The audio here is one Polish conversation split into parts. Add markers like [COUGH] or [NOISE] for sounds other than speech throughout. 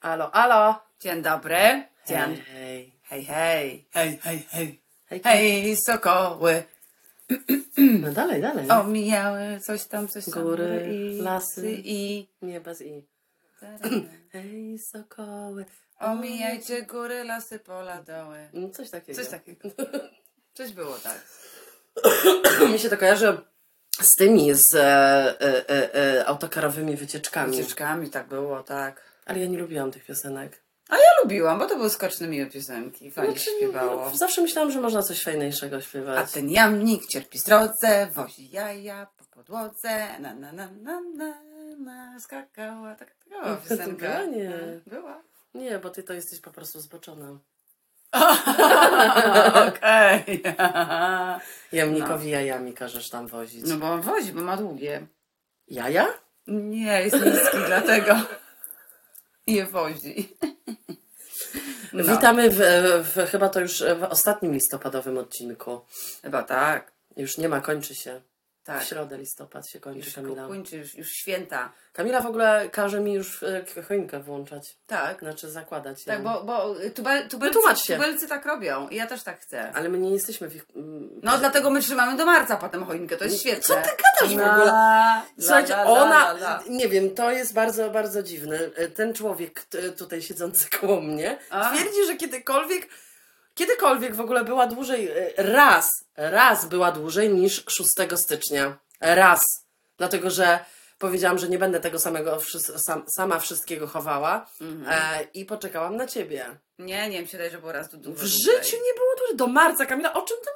Alo, alo, dzień dobry. Dzień. Hej, Hej, hej. hej, hej, hej. Hej, Hej, sokoły. No dalej, dalej. Omijały coś tam, coś tam. Góry, i lasy. i. [CLEARS THROAT] Nie, bez i. Hej, sokoły. Omijajcie góry, lasy, pola, doły. Mm, Coś takiego. Coś takiego. [LAUGHS] Coś było tak. Mi się to kojarzy z tymi, z e, e, e, e, autokarowymi wycieczkami. Wycieczkami tak było, tak. Ale ja nie lubiłam tych piosenek. Ja lubiłam, bo to były skoczne miłe piosenki. Fajnie się Znaczy, śpiewało. no, Zawsze myślałam, że można coś fajniejszego A śpiewać. ten jamnik cierpi zdrodze, wozi jaja po podłodze, na na na na na, na skakała, tak taka była [LAUGHS] To była? piosenka. No, Nie. Była. Nie, bo ty to jesteś po prostu zboczona. [LAUGHS] Okej. Jamnikowi jajami każesz tam wozić. [LAUGHS] No bo on wozi, bo ma długie. Jaja? Nie, jest [LAUGHS] niski, dlatego je wozi. No, Witamy w, w, chyba to już w ostatnim listopadowym odcinku. Chyba tak. Już nie ma, kończy się. Tak. W środę listopad się kończy Już Kamila. kończy, już, już święta. Kamila w ogóle każe mi już e, k- choinkę włączać. Tak. Znaczy zakładać Tak, ją. bo, bo tubel, tubelcy, No tłumacz się. tubelcy tak robią i ja też tak chcę. Ale my nie jesteśmy w ich... mm, No dlatego my trzymamy do marca potem choinkę, to jest świetne. Co ty gadasz w ogóle? [LAUGHS] Słuchajcie, ona... Nie wiem, to jest bardzo, bardzo dziwne. E, Ten człowiek t- tutaj siedzący [LAUGHS] koło mnie A. twierdzi, że kiedykolwiek... Kiedykolwiek w ogóle była dłużej... e, Raz, raz była dłużej niż 6 stycznia. Raz. Dlatego, że powiedziałam, że nie będę tego samego, wszys- sam, sama wszystkiego chowała e, i poczekałam na ciebie. Mhm. Nie, nie, mi się daje, że było raz tu dużo W życiu nie było dużo. Do marca, Kamila, o czym ty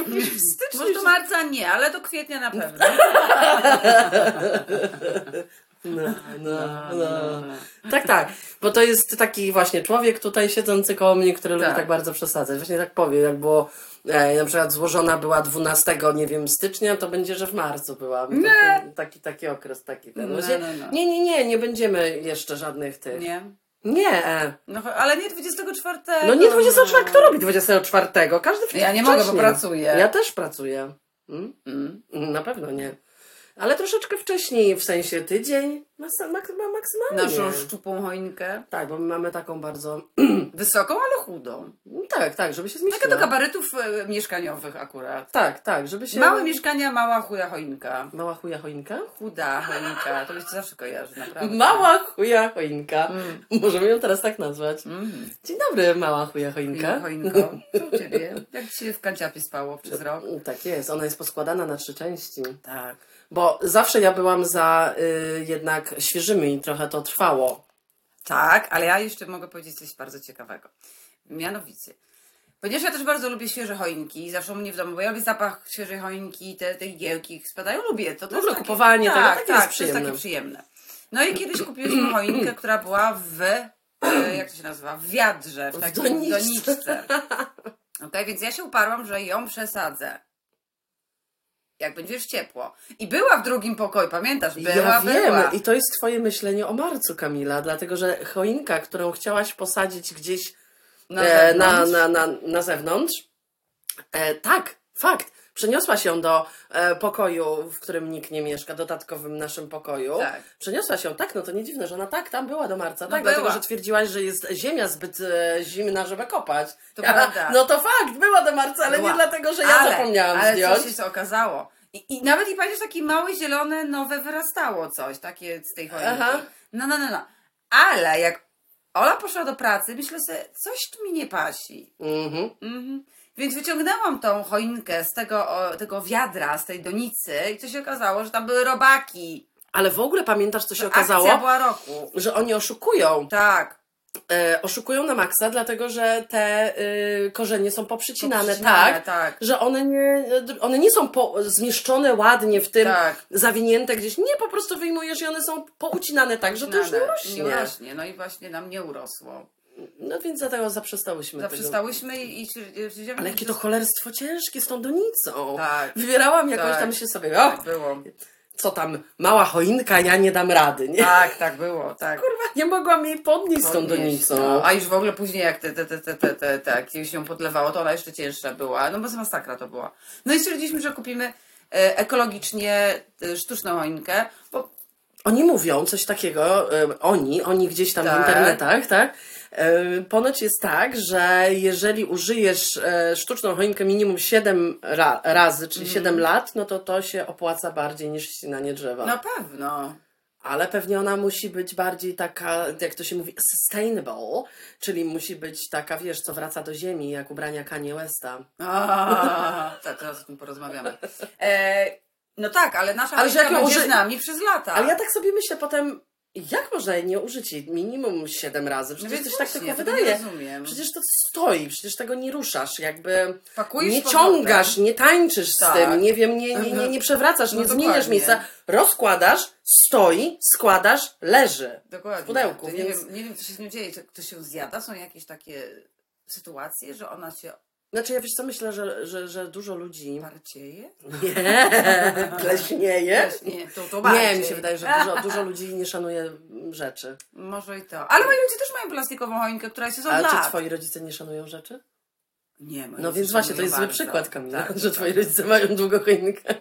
mówisz? W Może styczniu. do marca nie, ale do kwietnia na pewno. [LAUGHS] No, no, no. Tak, tak. Bo to jest taki właśnie człowiek tutaj siedzący koło mnie, który Tak. lubi tak bardzo przesadzać. Właśnie tak powie, jak było e, na przykład złożona była 12, nie wiem, stycznia, to będzie, że w marcu była. Taki, taki, taki okres, taki ten. No, Właśnie- no, no. Nie, nie, nie, nie będziemy jeszcze żadnych tych. Nie. Nie. e. No, cho- ale nie 24. No nie 24, kto robi 24? Każdy w No, Ja nie mogę, bo wcześniej. pracuję. Ja też pracuję. Mm? Mm. Na pewno nie. Ale troszeczkę wcześniej, w sensie tydzień, masa, mak, ma- maksymalnie. Naszą szczupłą choinkę. Tak, bo my mamy taką bardzo... Wysoką, ale chudą. Tak, tak, żeby się Taka do zmieściła. kabaretów e, mieszkaniowych akurat. Tak, tak, żeby się... Małe mieszkania, mała chuja choinka. Mała chuja choinka? Chuda choinka. To mi się zawsze kojarzy, naprawdę. Mała chuja choinka. Mm. [LAUGHS] Możemy ją teraz tak nazwać. Mm. Dzień dobry, mała chuja choinka. Choinko, co u ciebie? Jak ci się w kanciapie spało przez rok? Tak jest, ona jest poskładana na trzy części. Tak. Bo zawsze ja byłam za y, jednak świeżymi i trochę to trwało. Tak, ale ja jeszcze mogę powiedzieć coś bardzo ciekawego. Mianowicie, ponieważ ja też bardzo lubię świeże choinki, i zawsze u mnie w domu, bo ja lubię zapach świeżej choinki, te, te igiełki ich spadają, lubię to. to W ogóle kupowanie tego, tak, takie tak, jest to jest takie przyjemne. przyjemne. No i kiedyś [CLEARS THROAT] kupiłyśmy choinkę, która była w, e, jak to się nazywa, w wiadrze, w W takiej doniczce. [LAUGHS] doniczce. Okej, więc ja się uparłam, że ją przesadzę. Jak będziesz ciepło. I była w drugim pokoju, pamiętasz? Była, ja wiem, była. i to jest twoje myślenie o marcu, Kamila, dlatego że choinka, którą chciałaś posadzić gdzieś Na e, na, zewnątrz. na, na, na zewnątrz, e, tak, fakt, przeniosłaś ją do e, pokoju, w którym nikt nie mieszka, dodatkowym naszym pokoju. Tak. Przeniosłaś ją, tak, no to nie dziwne, że ona tak, tam była do marca, No tak, była. dlatego że twierdziłaś, że jest ziemia zbyt e, zimna, żeby kopać. To prawda. [LAUGHS] No to fakt, była do marca, ale Była. nie dlatego, że ja ale, zapomniałam ale zdjąć. coś się okazało. I, I nawet i pamiętasz, takie małe, zielone, nowe wyrastało coś, takie z tej choinki. Aha. No, no, no, no. Ale jak Ola poszła do pracy, myślę sobie, coś tu mi nie pasi. Mhm. Mhm. Więc wyciągnęłam tą choinkę z tego, o, tego wiadra, z tej donicy i co się okazało, że tam były robaki. Ale w ogóle pamiętasz, co się Akcja okazało? była roku. Że oni oszukują. Tak. e, oszukują na maksa, dlatego że te y, korzenie są poprzycinane, Poprzycinane, tak, tak. że one nie, one nie są po, zmieszczone ładnie w tym, Tak. zawinięte gdzieś. Nie, po prostu wyjmujesz i one są poucinane tak, że to już nie Nane. rośnie. Nie rośnie. No i właśnie nam nie urosło. No więc dlatego zaprzestałyśmy tego. Zaprzestałyśmy i, i, i, i Ale jakie to cholerstwo ciężkie z tą donicą. Tak. Wybierałam jakoś Tak. tam się sobie, o, Było. co tam, mała choinka, ja nie dam rady, nie? [LAUGHS] Tak, tak było, tak. [LAUGHS] Kurwa, nie mogłam jej podnieść z tą Podnieść, donicą. no. A już w ogóle później jak te, te, te, te, te, te, te, jak się ją podlewało, to ona jeszcze cięższa była, no bo masakra to była. No i stwierdziliśmy, że kupimy e, ekologicznie e, sztuczną choinkę, bo Oni mówią coś takiego, em, oni, oni gdzieś tam Tak. w internetach, tak? Em, Ponoć jest tak, że jeżeli użyjesz e, sztuczną choinkę minimum 7 ra- razy, czyli Mhm. 7 lat, no to to się opłaca bardziej niż ścinanie drzewa. Na pewno. Ale pewnie ona musi być bardziej taka, jak to się mówi, sustainable, czyli musi być taka, wiesz, co wraca do ziemi, jak ubrania Kanye Westa. A, [LAUGHS] tak, teraz o tym porozmawiamy. E, no tak, ale nasza Ale ale że jak ją będzie uży- z nami przez lata. No Ale ja tak sobie myślę potem, jak można jej nie użyć jej minimum 7 razy? no Przecież więc coś tak właśnie, tylko tego wydaje. Nie rozumiem. Przecież to stoi, przecież tego nie ruszasz, jakby Pakujesz nie powrotem. ciągasz, nie tańczysz z Tak. tym, nie wiem, nie, nie, nie, nie przewracasz, No nie zmieniasz dokładnie. miejsca, rozkładasz, stoi, składasz, leży. Dokładnie. w pudełku, To nie, więc- wiem, nie wiem, co się z nią dzieje. To, to się zjada? Są jakieś takie sytuacje, że ona się Znaczy ja wiesz co, myślę, że, że, że dużo ludzi parcieje? [LAUGHS] nie, kleśnieje. Nie, to, to Nie, bardziej. mi się wydaje, że dużo, dużo ludzi nie szanuje rzeczy. Może i to. Ale moi ludzie też mają plastikową choinkę, która się Ale zobacza. czy twoi rodzice nie szanują rzeczy? Nie, moi No rodzice więc właśnie, to szanują jest zły bardzo. przykład, Kamila, Tak, [LAUGHS] że twoi rodzice mają długo choinkę.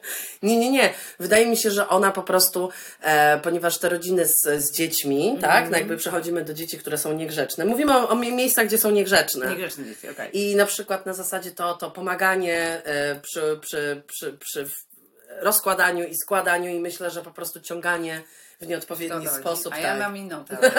Nie, nie, nie. Wydaje mi się, że ona po prostu, e, ponieważ te rodziny z, z dziećmi, tak, no Mhm. jakby przechodzimy do dzieci, które są niegrzeczne. Mówimy o, o mie- miejscach, gdzie są niegrzeczne. Niegrzeczne dzieci, okej. I na przykład na zasadzie to, to pomaganie e, przy, przy, przy, przy w- rozkładaniu i składaniu i myślę, że po prostu ciąganie w nieodpowiedni To chodzi. sposób. A tak. ja [LAUGHS] mam inną teorię.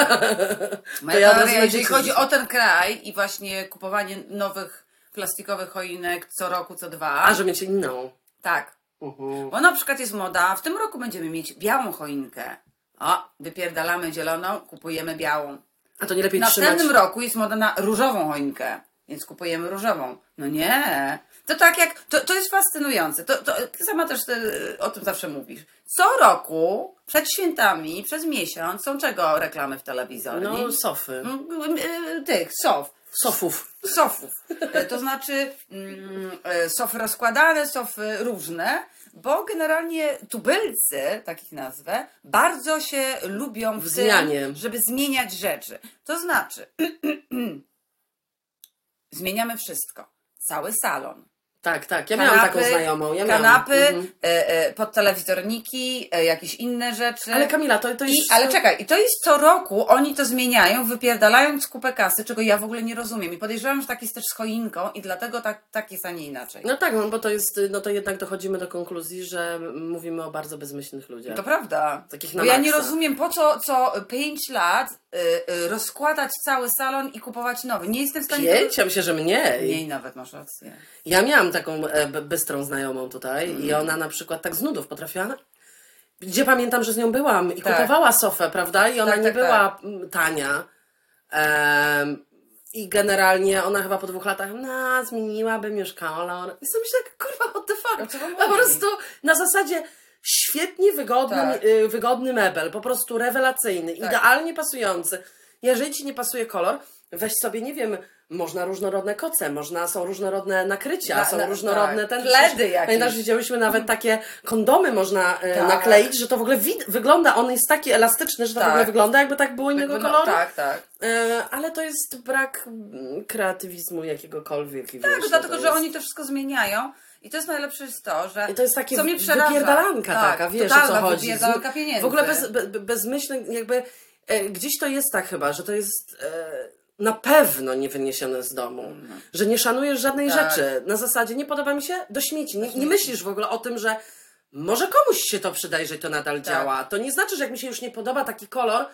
Moja To ja od razu teoria, na jeżeli dzieci chodzi rzucę. o ten kraj i właśnie kupowanie nowych plastikowych choinek co roku, co dwa. A, że mieć inną. Tak. Mhm. Bo na przykład jest moda, w tym roku będziemy mieć białą choinkę. O, wypierdalamy zieloną, kupujemy białą. A to nie lepiej W następnym trzymać. roku jest moda na różową choinkę, więc kupujemy różową. No nie. To tak jak. To, to jest fascynujące. To, to ty sama też ty, o tym zawsze mówisz. Co roku, przed świętami, przez miesiąc, są czego reklamy w telewizorze? No, sofy. Mm, y, Tych, sof. Sofów. Sofów. E, To znaczy mm, e, sofy rozkładane, sofy różne, bo generalnie tubylcy, takich nazwę, bardzo się lubią w, W tym, zmianie. żeby zmieniać rzeczy. To znaczy, [CLEARS THROAT] zmieniamy wszystko. Cały salon. Tak, tak. Ja miałam taką znajomą. Ja miałam. kanapy, Mhm. e, e, podtelewizorniki, e, jakieś inne rzeczy. Ale Kamila, to, to y, I, jest... ale czekaj, i to jest co roku, oni to zmieniają, wypierdalając kupę kasy, czego ja w ogóle nie rozumiem. I podejrzewam, że tak jest też z choinką i dlatego tak, tak jest, a nie inaczej. No tak, no bo to jest, y, no to jednak dochodzimy do konkluzji, że m- mówimy o bardzo bezmyślnych ludziach. To prawda. Takich na Bo ja nie maksa. rozumiem, po co co 5 lat y, y, rozkładać cały salon i kupować nowy. Nie jestem w stanie tego... Pięciam się, że mniej. Mniej nawet, masz rację. Ja miałam taką e, b- bystrą znajomą tutaj i Mhm. ona na przykład tak z nudów potrafiła. Gdzie pamiętam, że z nią byłam i Tak. kupowała sofę, prawda? I ona Tak, nie tak, była m, tania. Em, I generalnie ona chyba po dwóch latach, no, zmieniłabym już kolor. I sobie myślę, kurwa, what the O co fuck? wam A po chodzi? prostu na zasadzie świetnie wygodny, Tak. y, wygodny mebel, po prostu rewelacyjny, idealnie pasujący. Jeżeli ci nie pasuje kolor, weź sobie, nie wiem, można różnorodne koce, można, są różnorodne nakrycia, Na- są na- różnorodne tak. ten... Pledy jakieś. Pamiętasz, widziałyśmy nawet takie kondomy można e, Tak. nakleić, że to w ogóle wid- wygląda, on jest taki elastyczny, że to Tak. w ogóle wygląda jakby tak było innego Jakby no- koloru. tak, tak. E, ale to jest brak mm, kreatywizmu jakiegokolwiek. I Tak, wiesz, no dlatego, to że jest... oni to wszystko zmieniają. I to jest najlepsze jest to, że. I to jest takie co mnie przeraża. wypierdalanka Tak, taka, wiesz o co totalna chodzi. wypierdalanka pieniędzy. W ogóle bez, be, be- bezmyślny, jakby e, gdzieś to jest tak chyba, że to jest e, na pewno niewyniesione z domu, że nie szanujesz żadnej Mhm. Tak. rzeczy. Na zasadzie nie podoba mi się, do śmieci. Nie, nie myślisz w ogóle o tym, że może komuś się to przyda, jeżeli to nadal Tak. działa. To nie znaczy, że jak mi się już nie podoba taki kolor,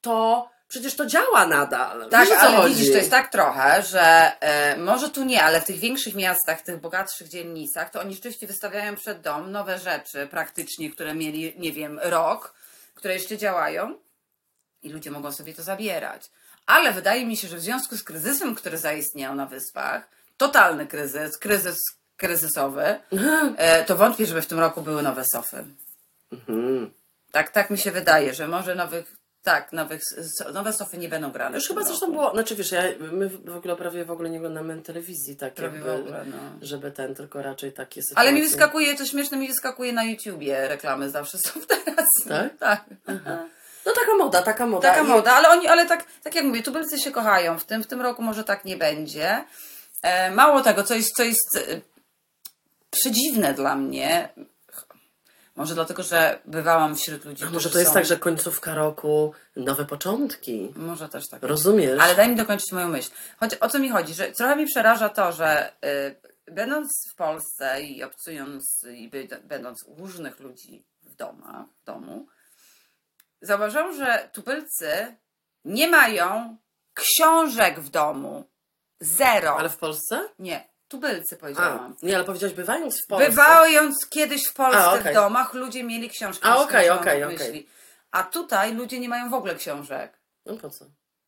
to przecież to działa nadal. Tak, Wiesz, o co ale chodzi? widzisz, to jest tak trochę, że e, może tu nie, ale w tych większych miastach, tych bogatszych dzielnicach, to oni rzeczywiście wystawiają przed dom nowe rzeczy praktycznie, które mieli, nie wiem, rok, które jeszcze działają i ludzie mogą sobie to zabierać. Ale wydaje mi się, że w związku z kryzysem, który zaistniał na wyspach, totalny kryzys, kryzys kryzysowy, e, to wątpię, żeby w tym roku były nowe sofy. Mhm. Tak, tak mi się wydaje, że może nowych, tak, nowych, so- nowe sofy nie będą grane. w Już tym chyba roku. zresztą było, znaczy wiesz, ja, my w ogóle prawie w ogóle nie oglądamy telewizji tak Prawie w jakby, ogóle, no. żeby ten, tylko raczej takie sytuacje. Ale mi wyskakuje, co śmieszne, mi wyskakuje na YouTubie reklamy zawsze są teraz. Tak? [LAUGHS] Tak. No taka moda, taka moda. Taka I- moda, ale oni, ale tak, tak jak mówię, tubylcy się kochają w tym, w tym roku może tak nie będzie. E, mało tego, co jest, co jest e, przedziwne dla mnie, Może dlatego, że bywałam wśród ludzi. A może którzy to jest są- tak, że końcówka roku, nowe początki. Może też tak. Rozumiesz? Ale daj mi dokończyć moją myśl. Choć o co mi chodzi? Że trochę mi przeraża to, że y, będąc w Polsce i obcując i by, będąc u różnych ludzi w domach, w domu, zauważyłam, że tubylcy nie mają książek w domu. Zero. Ale w Polsce? Nie, tubylcy A, powiedziałam. nie, ale powiedziałaś bywając w Polsce. Bywając kiedyś w Polsce A, okej. w domach, ludzie mieli książki. A, myślę, okej, że mam okej, na okej. myśli. A tutaj ludzie nie mają w ogóle książek. No po co?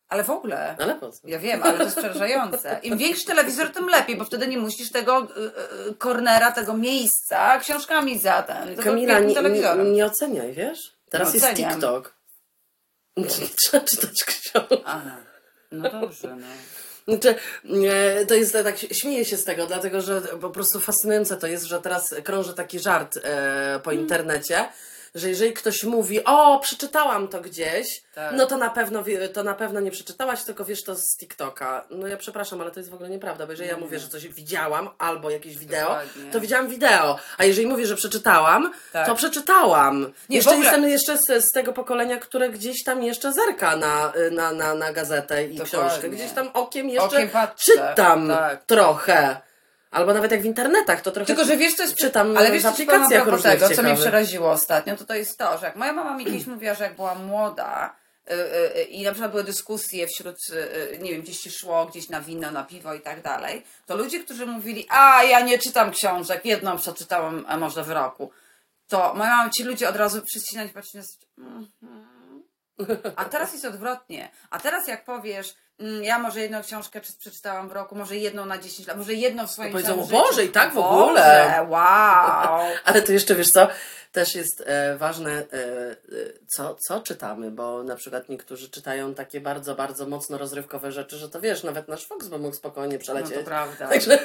Ale w ogóle. Ale po co? Ja wiem, ale to jest przerażające. Im większy telewizor, tym lepiej, bo wtedy nie musisz tego y, y, kornera, tego miejsca książkami za ten. tylko Kamila, wielkim nie, nie, telewizorem. nie oceniaj, wiesz? Teraz No, jest oceniam. TikTok. [LAUGHS] Trzeba czytać książki. Aha. No dobrze, no. Znaczy, e, to jest tak, śmieję się z tego, dlatego że po prostu fascynujące to jest, że teraz krąży taki żart e, po Mm. internecie, że jeżeli ktoś mówi, o, przeczytałam to gdzieś, Tak. no to na pewno wie- to na pewno nie przeczytałaś, tylko wiesz to z TikToka. No ja przepraszam, ale to jest w ogóle nieprawda, bo jeżeli ja Nie. mówię, że coś widziałam albo jakieś wideo, Mm. Dokładnie. to widziałam wideo, a jeżeli mówię, że przeczytałam, Tak. to przeczytałam. Nie, jeszcze w ogóle- jestem jeszcze z, z tego pokolenia, które gdzieś tam jeszcze zerka na, na, na, na gazetę i Dokładnie. książkę. Gdzieś tam okiem Okiem jeszcze patrzę, czytam tak. trochę. Albo nawet jak w internetach, to trochę. Tylko, że wiesz, co jest... czytam ale wiesz, w co ci powiem a aplikacjach propos różnych tego, co mnie ciekawych. przeraziło ostatnio, to to jest to, że jak moja mama mi kiedyś [CLEARS THROAT] mówiła, że jak była młoda y, y, y, i na przykład były dyskusje wśród, y, y, nie wiem, gdzieś się szło, gdzieś na wino, na piwo i tak dalej, to ludzie, którzy mówili, a ja nie czytam książek, jedną przeczytałam a może w roku, to moja mama, ci ludzie od razu przycinać, patrzeć na mhm. a teraz jest odwrotnie. A teraz jak powiesz, mm, ja może jedną książkę czy- przeczytałam w roku, może jedną na 10 lat, może jedną w swoim powiedzą, całym "O Boże, i życiu." tak w Boże, ogóle. Wow. [LAUGHS] Ale to jeszcze wiesz co? Też jest e, ważne, e, e, co, co czytamy, bo na przykład niektórzy czytają takie bardzo, bardzo mocno rozrywkowe rzeczy, że to wiesz, nawet nasz Fox by mógł spokojnie No przelecieć. to prawda. Także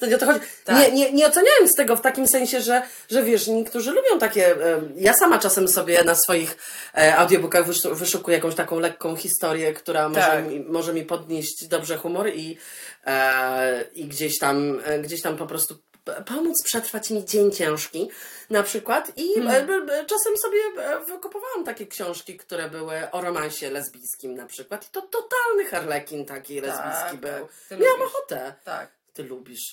to nie o to chodzi. Tak. Nie, nie, nie oceniałem z tego w takim sensie, że, że wiesz, niektórzy lubią takie. em, Ja sama czasem sobie na swoich e, audiobookach wyszu- wyszukuję jakąś taką lekką historię, która może, Tak. mi, może mi podnieść dobrze humor i, e, i gdzieś, tam, e, gdzieś tam po prostu p- pomóc przetrwać mi dzień ciężki na przykład i Hmm. e, b- b- czasem sobie e, wykupowałam takie książki, które były o romansie lesbijskim na przykład i to totalny harlekin taki lesbijski tak. był. Ty Miałam lubisz. ochotę. Tak. [LAUGHS] Ty lubisz.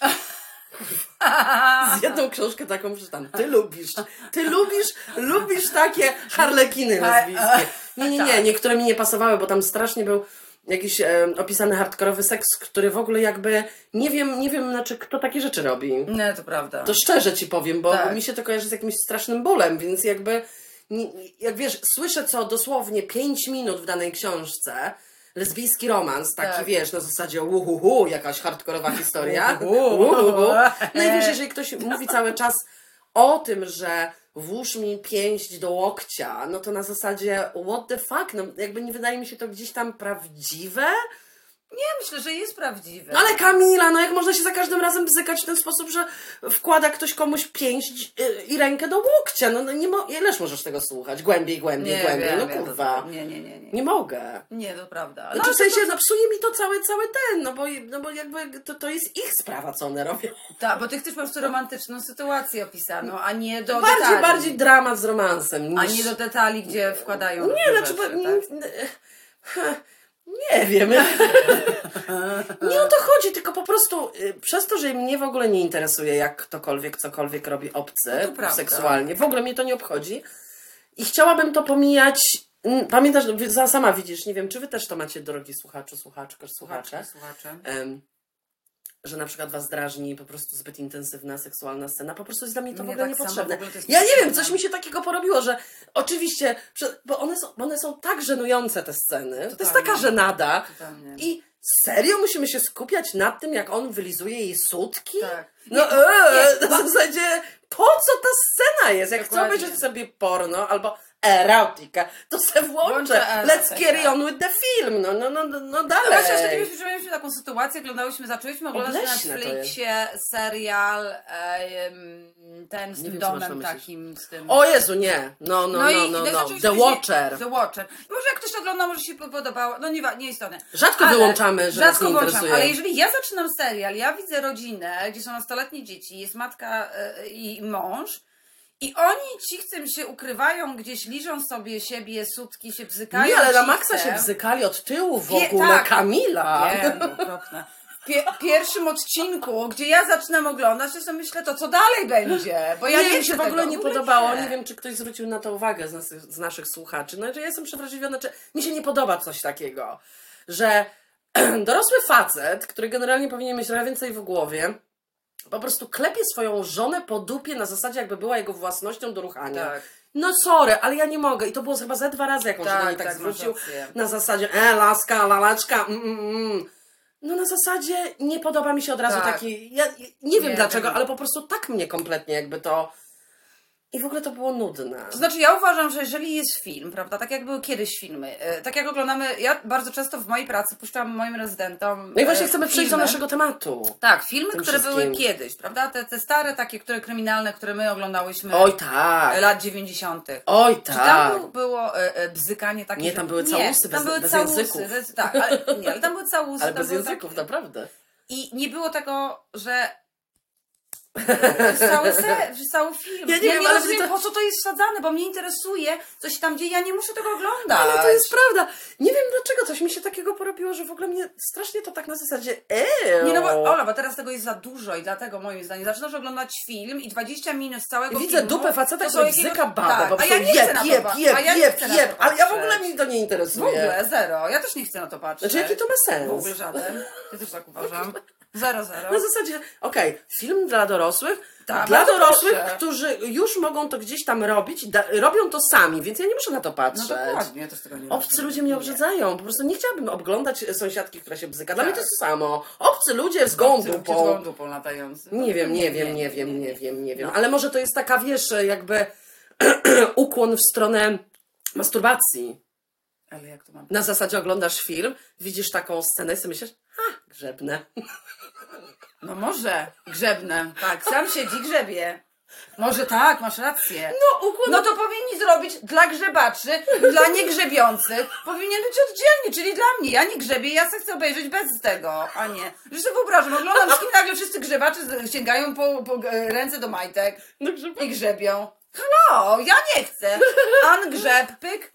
[LAUGHS] Z jedną książkę taką przeczytam. Ty lubisz. Ty lubisz, lubisz takie harlekiny lesbijskie. Nie, nie, nie. Niektóre mi nie pasowały, bo tam strasznie był jakiś e, opisany hardkorowy seks, który w ogóle jakby nie wiem, nie wiem, znaczy kto takie rzeczy robi. Nie, No to prawda. To szczerze ci powiem, bo Tak. mi się to kojarzy z jakimś strasznym bólem, więc jakby nie- jak wiesz, słyszę co dosłownie 5 minut w danej książce lesbijski romans, taki Tak. wiesz, na zasadzie uhuhu, jakaś hardkorowa historia. Uhuhu. [LAUGHS] uhuhu. No i wiesz, jeżeli ktoś mówi cały czas o tym, że włóż mi pięść do łokcia, no to na zasadzie what the fuck, no jakby nie wydaje mi się to gdzieś tam prawdziwe, Ja myślę, że jest prawdziwe. no ale Kamila, no jak można się za każdym razem bzykać w ten sposób, że wkłada ktoś komuś pięść y, i rękę do łokcia. No, no nie mo- ileż możesz tego słuchać? Głębiej, głębiej, nie, głębiej. wiem, no wiem, kurwa. to- Nie, nie, nie, nie. Nie mogę. Nie, to prawda. No, No, czy w sensie, no psuje mi to cały, cały ten, no bo, no bo jakby to, to jest ich sprawa, co one robią. tak, bo ty chcesz po prostu romantyczną sytuację opisaną, a nie do Bardziej, detali. bardziej dramat z romansem niż... A nie do detali, gdzie wkładają Nie, różne znaczy, bo, rzeczy, tak? nie, [LAUGHS] nie wiem. tak? [LAUGHS] nie o to chodzi, tylko po prostu y, przez to, że mnie w ogóle nie interesuje, jak ktokolwiek cokolwiek robi obcy No to prawda. seksualnie, w ogóle mnie to nie obchodzi. I chciałabym to pomijać. Mm, Pamiętasz, wy- za- sama widzisz, nie wiem, czy wy też to macie, drogi słuchaczu, słuchaczko, słuchacze, Słuchacze, słuchacze. em, że na przykład was drażni po prostu zbyt intensywna seksualna scena. Po prostu jest dla mnie to w Mnie ogóle tak samo, w niepotrzebne. ogóle to jest Ja nie wiem, niepotrzebne. coś mi się takiego porobiło, że oczywiście, prze- bo one są, bo one są tak żenujące te sceny, to jest Totalnie. taka Tak, żenada Totalnie. i serio musimy się skupiać nad tym, jak on wylizuje jej sutki? Tak. No eee, na zasadzie, po co ta scena jest? Jak chcę Dokładnie. obejrzeć sobie porno albo erotika, to se włączę, Włączę let's erotykę. carry on with the film, no, no, no, no, no No właśnie, ostatnio dalej. mieliśmy- mieliśmy taką sytuację, oglądałyśmy, zaczęliśmy oglądać na Obleśne to Netflixie serial em, ten z Nie tym wiem, co masz na domem myśli. takim, z tym... O Jezu, nie, no, no, no, no, i- no, i zaczęliśmy The się- Watcher. The Watcher. Może jak ktoś ogląda, może się podobało. No nie, wa- nie istotne. Rzadko wyłączamy, że nas nie interesuje. Ale jeżeli ja zaczynam serial, ja widzę rodzinę, gdzie są nastoletnie dzieci, jest matka e, i mąż I oni ci chcą się ukrywają gdzieś, liżą sobie siebie, sutki się bzykają. Nie, ale na ci Maxa chcem. się bzykali od tyłu w Wie- ogóle. tak. Kamila. Wiem, okropne. W pie- pierwszym odcinku, gdzie ja zaczynam oglądać, ja sobie myślę, to co dalej będzie? Bo ja nie, nie, mi się chcę w ogóle tego, nie podobało. Nie wiem, czy ktoś zwrócił na to uwagę z, nas, z naszych słuchaczy. No, że ja jestem przewrażliwiona, czy mi się nie podoba coś takiego, że [CLEARS THROAT] dorosły facet, który generalnie powinien mieć trochę więcej w głowie, po prostu klepie swoją żonę po dupie na zasadzie, jakby była jego własnością do ruchania. Tak, No sorry, ale ja nie mogę. I to było chyba ze dwa razy, jak on się do tak, mnie tak, tak, masz zwrócił. rację. Na zasadzie, e, laska, lalaczka, mm, mm, mm. No na zasadzie nie podoba mi się od razu Tak. taki, ja nie wiem Nie, dlaczego, tak. ale po prostu tak mnie kompletnie jakby to... I w ogóle to było nudne. To znaczy, ja uważam, że jeżeli jest film, prawda, tak jak były kiedyś filmy, e, tak jak oglądamy, ja bardzo często w mojej pracy puszczam moim rezydentom. No i właśnie e, chcemy przejść do filmy. naszego tematu. Tak, filmy, tym które były wszystkim. kiedyś, prawda? Te, te stare, takie, które kryminalne, które my oglądałyśmy e, Oj tak, lat 90. oj Czy tam tak. był- było e, e, bzykanie takie? Nie, tam były że- całusy tam bez- były bez całusy, języków. bez- tak, ale, nie, ale tam były [LAUGHS] całusy. Ale tam bez były języków, tak- naprawdę. I nie było tego, że. Przez cały, se, przez cały film. Ja Ja nie nie, wiem, ale rozumiem, to- po co to jest wsadzane, bo mnie interesuje, co się tam dzieje, ja nie muszę tego oglądać. Ale to jest prawda. Nie wiem dlaczego, coś mi się takiego porobiło, że w ogóle mnie strasznie to tak na zasadzie eee. Nie, no bo, Ola, bo teraz tego jest za dużo i dlatego moim zdaniem zaczynasz oglądać film i 20 minut z całego Widzę filmu, dupę faceta, to który są bzyka jakiego- babę, tak, po a prostu ja nie chcę jeb, na to jeb, pa- jeb, a ja nie jeb, chcę na to jeb, ale ja w ogóle patrzeć. mnie to nie W interesuje. ogóle, zero. Ja też nie chcę na to patrzeć. Znaczy, jaki to ma W ogóle sens? żaden. Ja też tak uważam. Zero, zero. Na zasadzie, okej, film dla dorosłych, Tak, No dla bardzo dorosłych, proszę. którzy już mogą to gdzieś tam robić, da, robią to sami, więc ja nie muszę na to No patrzeć. dokładnie, ja też tego nie Obcy rozumiem. ludzie mnie Nie. obrzydzają, po prostu nie chciałabym oglądać e, sąsiadki, która się bzyka. Dla mnie to Tak. jest samo. Obcy ludzie z gołą Obcy ludzie z gołą dupą. dupą latający. Nie wiem, nie wiem, nie wiem, nie wiem, No. nie wiem. Ale może to jest taka, wiesz, jakby [CLEARS THROAT] ukłon w stronę masturbacji. Ale jak to mam? Na zasadzie oglądasz film, widzisz taką scenę i sobie myślisz, ha, grzebne. No może grzebnę, tak, sam siedzi grzebie. Może tak, masz rację. No, ukłon... No to powinni zrobić dla grzebaczy, dla niegrzebiących. Powinien być oddzielnie, czyli dla mnie. Ja nie grzebię, ja se chcę obejrzeć bez tego, a nie. Że sobie wyobrażam, oglądam z kim nagle wszyscy grzebacze z- sięgają po, po e, ręce do majtek No, grzebne. i grzebią. Halo, ja nie chcę. An grzeb, pyk.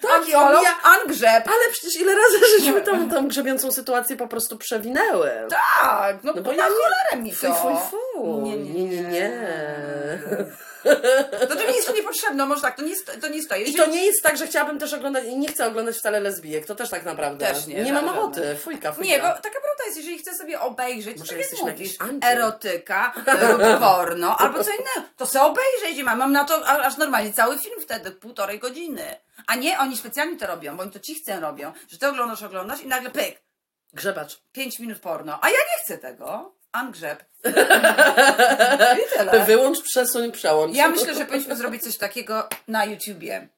Tak, i Halo, omija- an grzeb. Ale przecież ile razy [LAUGHS] żeśmy tą, No. tą grzebiącą sytuację po prostu przewinęły. Tak, no, No bo bo na ja nie- cholerę mi Fuj, to. fuj, fuj. Nie, nie, nie. To, to mi jest niepotrzebne, może tak, to nie, sto- to nie stoi. I to nie jest tak, że chciałabym też oglądać, i nie chcę oglądać wcale lesbijek, to też tak naprawdę. Też nie, nie mam żadne. ochoty, fujka, fujka. Nie, bo taka prawda jest, jeżeli chcę sobie obejrzeć, Może to tak jak jesteśmy mówisz, jakieś anty. erotyka [LAUGHS] lub porno, albo co innego, to se obejrzeć i mam, mam na to a- aż normalnie cały film wtedy, półtorej godziny. A nie, oni specjalnie to robią, bo oni to ci chcą robią, że ty oglądasz, oglądasz i nagle pyk, Grzebacz. pięć minut porno, a ja nie chcę tego. [LAUGHS] Angrzeb. I tyle. Wyłącz, przesuń, przełącz. Ja myślę, że powinniśmy zrobić coś takiego na YouTubie.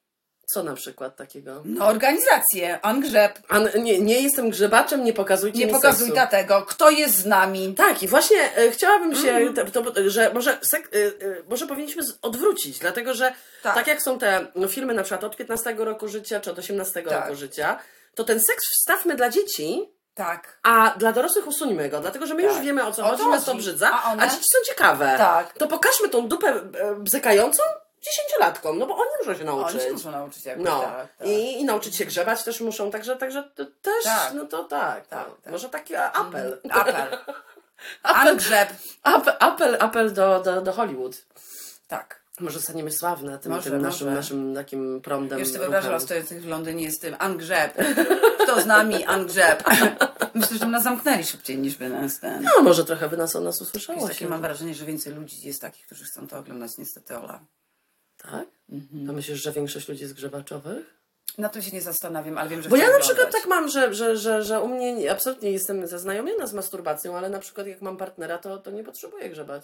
Co na przykład takiego? No, organizację, Angrzeb. A n- nie, nie jestem grzebaczem, nie pokazujcie Nie mi pokazuj seksu. tego, kto jest z nami. Tak, i właśnie e, chciałabym Mm. się, te, to, że może, sek, e, e, może powinniśmy z- odwrócić, dlatego że tak, Tak. jak są te no, filmy na przykład od 15 roku życia czy od 18 Tak. roku życia, to ten seks wstawmy dla dzieci, Tak. a dla dorosłych usuńmy go, dlatego że my Tak. już wiemy o co O to chodzi, nas to chodzi. brzydza, a, A one? dzieci są ciekawe. Tak. To pokażmy tą dupę e, bzykającą dziesięciolatkom, no bo oni muszą się nauczyć. Oni się muszą nauczyć jakoś. No Tak, tak. I, i nauczyć się grzebać też muszą, także, także to też, Tak. no to tak, Tak, no. tak. Mhm. może taki a, [LAUGHS] apel. Apel. Angrzeb. Apel, apel, apel do, do, do Hollywood. Tak. Może staniemy sławne tym, Może, tym naszym, może. naszym takim prądem. Już sobie ruchem. wyobrażam stojących w Londynie z tym Angrzeb. Kto z nami? Angrzeb. [LAUGHS] Myślę, że nas zamknęli szybciej niż by nas ten. No, może trochę by nas o nas Jest usłyszało. takie, mam wrażenie, że więcej ludzi jest takich, którzy chcą to oglądać, niestety, Ola. Mhm. Tak? A myślisz, że większość ludzi jest grzebaczowych? Na tym się nie zastanawiam, ale wiem, że Bo chcę ja na oglądać. przykład tak mam, że, że, że, że u mnie nie- absolutnie jestem zaznajomiona z masturbacją, ale na przykład jak mam partnera, to, to nie potrzebuję grzebać.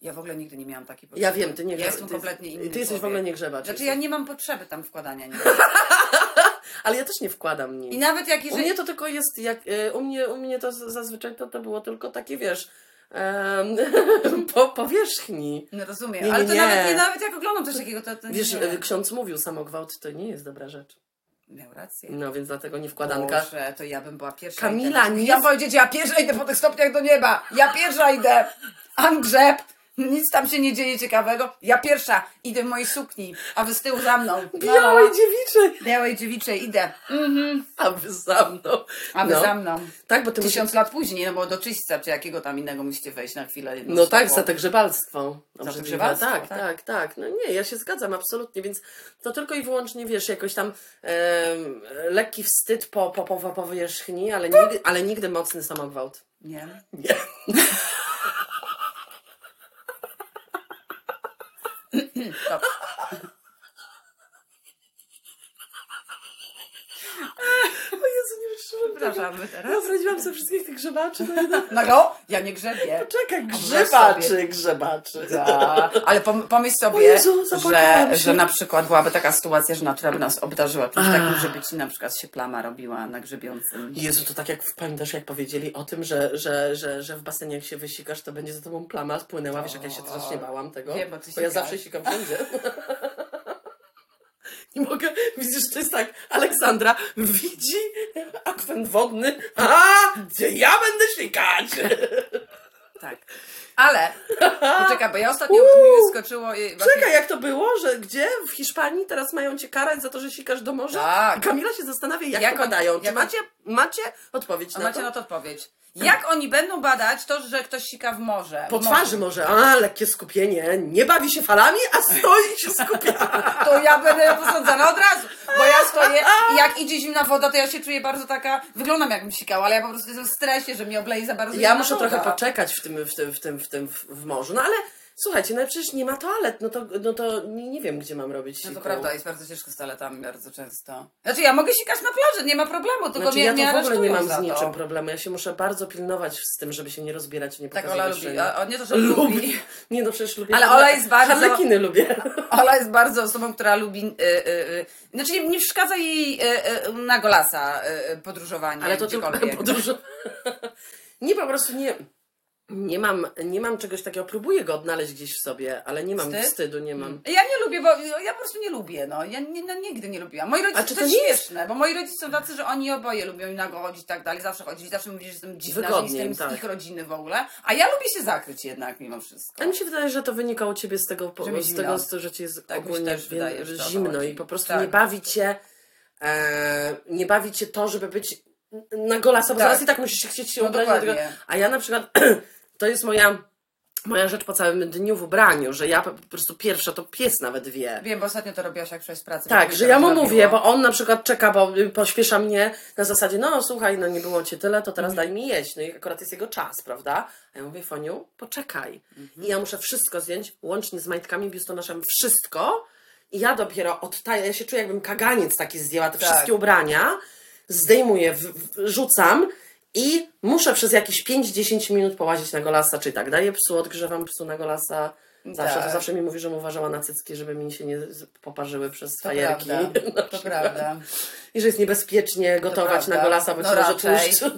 Ja w ogóle nigdy nie miałam takiej potrzeby. Ja wiem, ty nie Ja grze- jestem ty, kompletnie inny Ty jesteś w człowiek. ogóle nie grzebacz. Znaczy ja jesteś. nie mam potrzeby tam wkładania nic. Ale ja też nie wkładam nic. I nawet jak U jeżeli... mnie to tylko jest, jak, e, u, mnie, u mnie to z- zazwyczaj to, to było tylko takie, wiesz, em, [LAUGHS] po powierzchni. No rozumiem, Nie, nie, ale to nie. Nawet, No nie, nawet jak oglądam coś takiego, to, to Wiesz, nie. e, ksiądz mówił, samogwałt to nie jest dobra rzecz. Miał rację. No więc dlatego nie wkładanka. Boże, to ja bym była pierwsza. Kamila, idę. nic- Ja powiedzieć, ja pierwsza idę po tych stopniach do nieba. Ja pierwsza idę. Angrzeb. Nic tam się nie dzieje ciekawego. Ja pierwsza idę w mojej sukni, a wy z tyłu za mną. La, la, la. Białej dziewiczej! Białej dziewiczej idę, A wy za mną. a wy no. za mną. Tak, bo ty musisz... Tysiąc lat później, no bo do czyśćca czy jakiego tam innego musicie wejść na chwilę. No tak, stopą. za te grzebalstwo. Obrzydliwe. grzebalstwo, Tak, tak. tak, tak. No nie, ja się zgadzam absolutnie, więc to tylko i wyłącznie, wiesz, jakoś tam em, lekki wstyd po, po, po, po powierzchni, ale nigdy, ale nigdy mocny samogwałt. Nie. Nie. [LAUGHS] Dobrze. O Jezu, nie wytrzymam tego. Przepraszamy teraz. Rozradziłam sobie wszystkich tych grzebaczy. No i No, no ja nie grzebię. Czekaj, grzebaczy, grzebaczy, grzebaczy. Tak, ale pom- pomyśl O sobie, Jezu, zapłakałam że, się. że na przykład byłaby taka sytuacja, że natura by nas obdarzyła czymś Ach. takim, żeby ci na przykład się plama robiła na grzebiącym. Jezu, to tak jak w- pamiętasz, jak powiedzieli o tym, że, że, że, że w basenie jak się wysikasz, to będzie za tobą plama spłynęła. Wiesz, jak ja się strasznie bałam tego. Wiem, bo ty ja sikasz. zawsze sikam wszędzie. [LAUGHS] Nie mogę, widzisz, to jest tak, Aleksandra widzi akwen wodny, a gdzie ja będę [LAUGHS] sikać? Tak. [LAUGHS] Ale, poczekaj, bo ja ostatnio mi wyskoczyło i właśnie- Czekaj, jak to było, że gdzie w Hiszpanii teraz mają cię karać za to, że sikasz do morza? Tak. I Kamila się zastanawia, jak, Jak to oni- badają. Czy jak oni- macie, macie odpowiedź A na macie to? na to odpowiedź. Jak oni będą badać to, że ktoś sika w morze? Po W morzu? twarzy może, a lekkie skupienie, nie bawi się falami, a stoi i się skupia. To ja będę posądzana od razu, bo ja stoję i jak idzie zimna woda, to ja się czuję bardzo taka, wyglądam jakbym sikała, ale ja po prostu jestem w stresie, że mnie obleje za bardzo Ja zimna muszę woda. trochę poczekać w tym, w tym, w tym, w tym w- w morzu, no ale słuchajcie, no przecież nie ma toalet, no to, no to nie, nie wiem, gdzie mam robić Znaczy, No to siku. prawda, jest bardzo ciężko z toaletami bardzo często. Znaczy ja mogę sikać na plaży, nie ma problemu, tylko Znaczy, mnie ja nie to w ogóle nie mam aresztują za z to. niczym problemu, ja się muszę bardzo pilnować z tym, żeby się nie rozbierać i nie Tak pokazywać Ola lubi, szyny. a, a nie to, że Lubi. lubi. Nie no, przecież lubię. Ale Ola jest bardzo- Harlekiny lubię. [LAUGHS] Ola jest bardzo osobą, która lubi, y, y, y, znaczy nie, nie przeszkadza jej y, y, na golasa y, y, podróżowanie Ale to tylko [LAUGHS] gdziekolwiek. podróż. Nie, po prostu nie. Nie mam, nie mam czegoś takiego, próbuję go odnaleźć gdzieś w sobie, ale nie mam Wstyd? Mm. wstydu, nie mam. Ja nie lubię, bo ja po prostu nie lubię, no. Ja nie, no, nigdy nie lubiłam. Moi rodzice A czy to to jest nie jest- śmieszne, bo moi rodzice są tacy, że oni oboje lubią i nago chodzić i tak dalej, zawsze chodzić, zawsze mówili, że jestem dziwna, że Wygodniej jestem im, tak. z ich rodziny w ogóle, a ja lubię się zakryć jednak mimo wszystko. A mi się wydaje, że to wynikało ciebie z tego, po, Że mi z zimno. tego z- że ci jest Tak mi się ogólnie wie- też wydaje, że to o to zimno chodzi. i po prostu Tak. nie bawi cię, e, nie bawi cię to, żeby być na golasa, bo Tak. zaraz i tak musisz się chcieć się No ubrać. dokładnie. dlatego- A ja na przykład, [CLEARS THROAT] to jest moja, moja rzecz po całym dniu w ubraniu, że ja po po prostu pierwsza, to pies nawet wie. Wiem, bo ostatnio to robiłaś jak przejść z pracy. Tak, bo że mi ja to mu zrobiło. mówię, bo on na przykład czeka, bo y, pośpiesza mnie na zasadzie, no słuchaj, no nie było ci tyle, to teraz Mhm. daj mi jeść. No i akurat jest jego czas, prawda? A ja mówię, Foniu, poczekaj. Mhm. I ja muszę wszystko zdjąć, łącznie z majtkami, biustonoszem, wszystko. I ja dopiero odtaję, ja się czuję jakbym kaganiec taki zdjęła, te Tak. wszystkie ubrania, zdejmuję, w, w, rzucam i muszę przez jakieś 5-10 minut połazić na golasa, czyli tak, daję psu, odgrzewam psu na golasa. Zawsze, Tak. to zawsze mi mówi, że uważała na cycki, żeby mi się nie z- poparzyły przez To fajerki. prawda, [LAUGHS] No to prawda. I że jest niebezpiecznie gotować prawda. na golasa, bo No no może raczej. tłuszcz.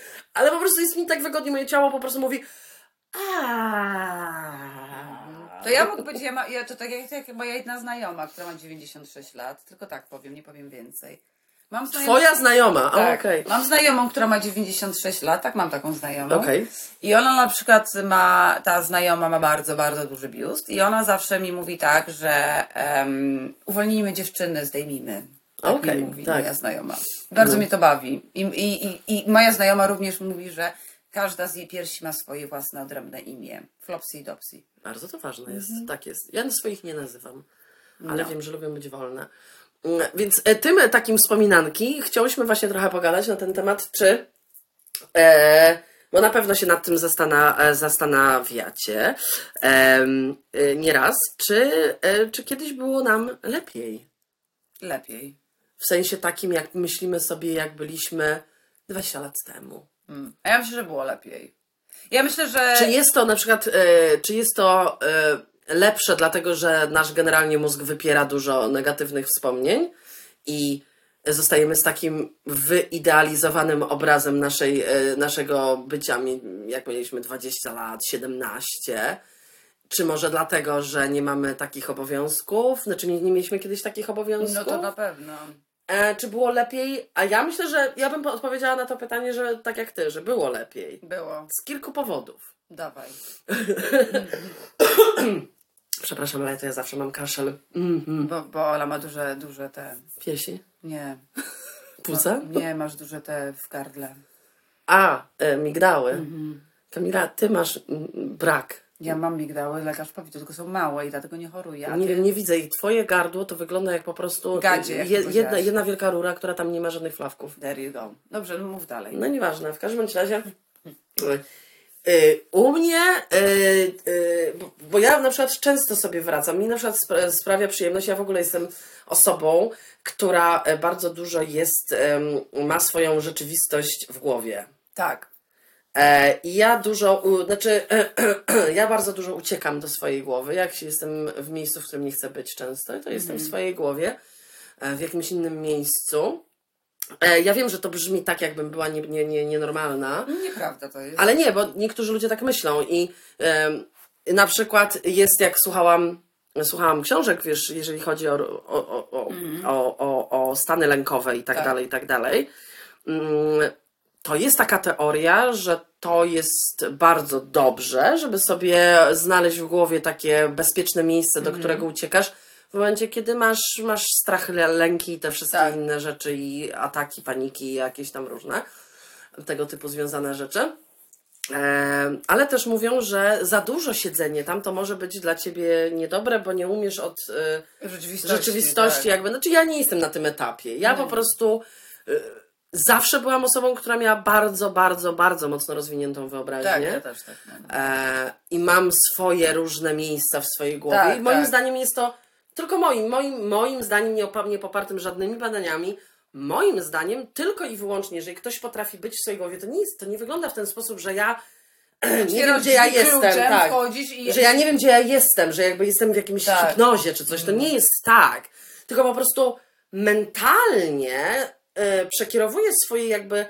[LAUGHS] Ale po prostu jest mi tak wygodnie, moje ciało po prostu mówi "Aaa". To ja mogę powiedzieć, ja, ma, ja to tak jak, jak moja jedna znajoma, która ma 96 lat, tylko tak powiem, nie powiem więcej. Mam znajomą, Twoja znajoma, A, tak, okej. mam znajomą, która ma 96 lat, tak mam taką znajomą. Okej. I ona na przykład ma, ta znajoma ma bardzo, bardzo duży biust i ona zawsze mi mówi tak, że um, uwolnijmy dziewczyny, zdejmijmy. Tak Okej, mi mówi tak. No. moja znajoma. Bardzo mnie to bawi. I, i, i, I moja znajoma również mówi, że każda z jej piersi ma swoje własne odrębne imię. Flopsy i Dopsy. Bardzo to ważne jest, tak jest. Ja swoich nie nazywam, ale wiem, że lubią być wolne. Mm, Więc e, tym e, takim wspominanki chciałyśmy właśnie trochę pogadać na ten temat, czy E, bo na pewno się nad tym zastana, e, zastanawiacie em, e, nieraz, czy, e, czy kiedyś było nam lepiej. Lepiej. W sensie takim, jak myślimy sobie, jak byliśmy 20 lat temu. Mm. A ja myślę, że było lepiej. Ja myślę, że... Czy jest to na przykład, e, czy jest to e, lepsze, dlatego że nasz generalnie mózg wypiera dużo negatywnych wspomnień i zostajemy z takim wyidealizowanym obrazem naszej, e, naszego bycia, mi- jak mieliśmy 20 lat, 17. Czy może No, dlatego, że nie mamy takich obowiązków? Znaczy nie, nie mieliśmy kiedyś takich obowiązków? No to No na pewno. E, czy było lepiej? A ja myślę, że ja bym odpowiedziała na to pytanie, że tak jak ty, że było lepiej. Było. Z kilku powodów. Dawaj. Przepraszam, ale to ja zawsze mam kaszel. Mhm. Bo, bo Ola ma duże, duże te... Piersi? Nie. Płuca? Nie, masz duże te w gardle. A, e, migdały. Kamila, ty masz mm, brak. Ja mam migdały, lekarz powiedział, tylko są małe i dlatego nie choruję. A nie ty- wiem, nie widzę. I twoje gardło to wygląda jak po prostu Gadzie, jak je, powiedziałaś. jedna, jedna wielka rura, która tam nie ma żadnych flawków. There you go. Dobrze, no mów dalej. No nieważne, w każdym bądź razie. y, U mnie, y, y, bo- bo ja na przykład często sobie wracam, mi na przykład spra- sprawia przyjemność, ja w ogóle jestem osobą, która e, bardzo dużo jest, em, ma swoją rzeczywistość w głowie. Tak. E, I ja dużo, u, znaczy, [CLEARS THROAT] ja bardzo dużo uciekam do swojej głowy. Jak się jestem w miejscu, w którym nie chcę być często, to jestem w swojej głowie, e, w jakimś innym miejscu. E, Ja wiem, że to brzmi tak, jakbym była nie, nie, nie, nienormalna, Nieprawda to jest. ale nie, bo niektórzy ludzie tak myślą i em, na przykład jest, jak słuchałam, słuchałam książek, wiesz, jeżeli chodzi o, o, o, o, o, o, o stany lękowe i tak, Tak. dalej, i tak dalej. Mm, To jest taka teoria, że to jest bardzo dobrze, żeby sobie znaleźć w głowie takie bezpieczne miejsce, do którego uciekasz w momencie, kiedy masz, masz strach, lę- lęki i te wszystkie Tak. inne rzeczy i ataki, paniki i jakieś tam różne tego typu związane rzeczy. E, Ale też mówią, że za dużo siedzenie tam to może być dla ciebie niedobre, bo nie umiesz od e, Rzeczywistości. rzeczywistości tak. jakby. Znaczy ja nie jestem na tym etapie. Ja po prostu e, zawsze byłam osobą, która miała bardzo, bardzo, bardzo mocno rozwiniętą wyobraźnię. Tak, ja też tak mam. E, i mam swoje różne miejsca w swojej głowie. Tak, I moim tak. zdaniem jest to tylko moim, moim, moim zdaniem nie, opa- nie popartym żadnymi badaniami. Moim zdaniem tylko i wyłącznie, jeżeli ktoś potrafi być w swojej głowie, to nie, jest, to nie wygląda w ten sposób, że ja [CLEARS THROAT] nie wiem, Otwierasz gdzie ja drzwi jestem. kluczem, Tak. wchodzisz i... Że ja nie wiem, gdzie ja jestem, że jakby jestem w jakimś Tak. hipnozie czy coś. To nie jest tak. Tylko po prostu mentalnie y, przekierowuję swoje jakby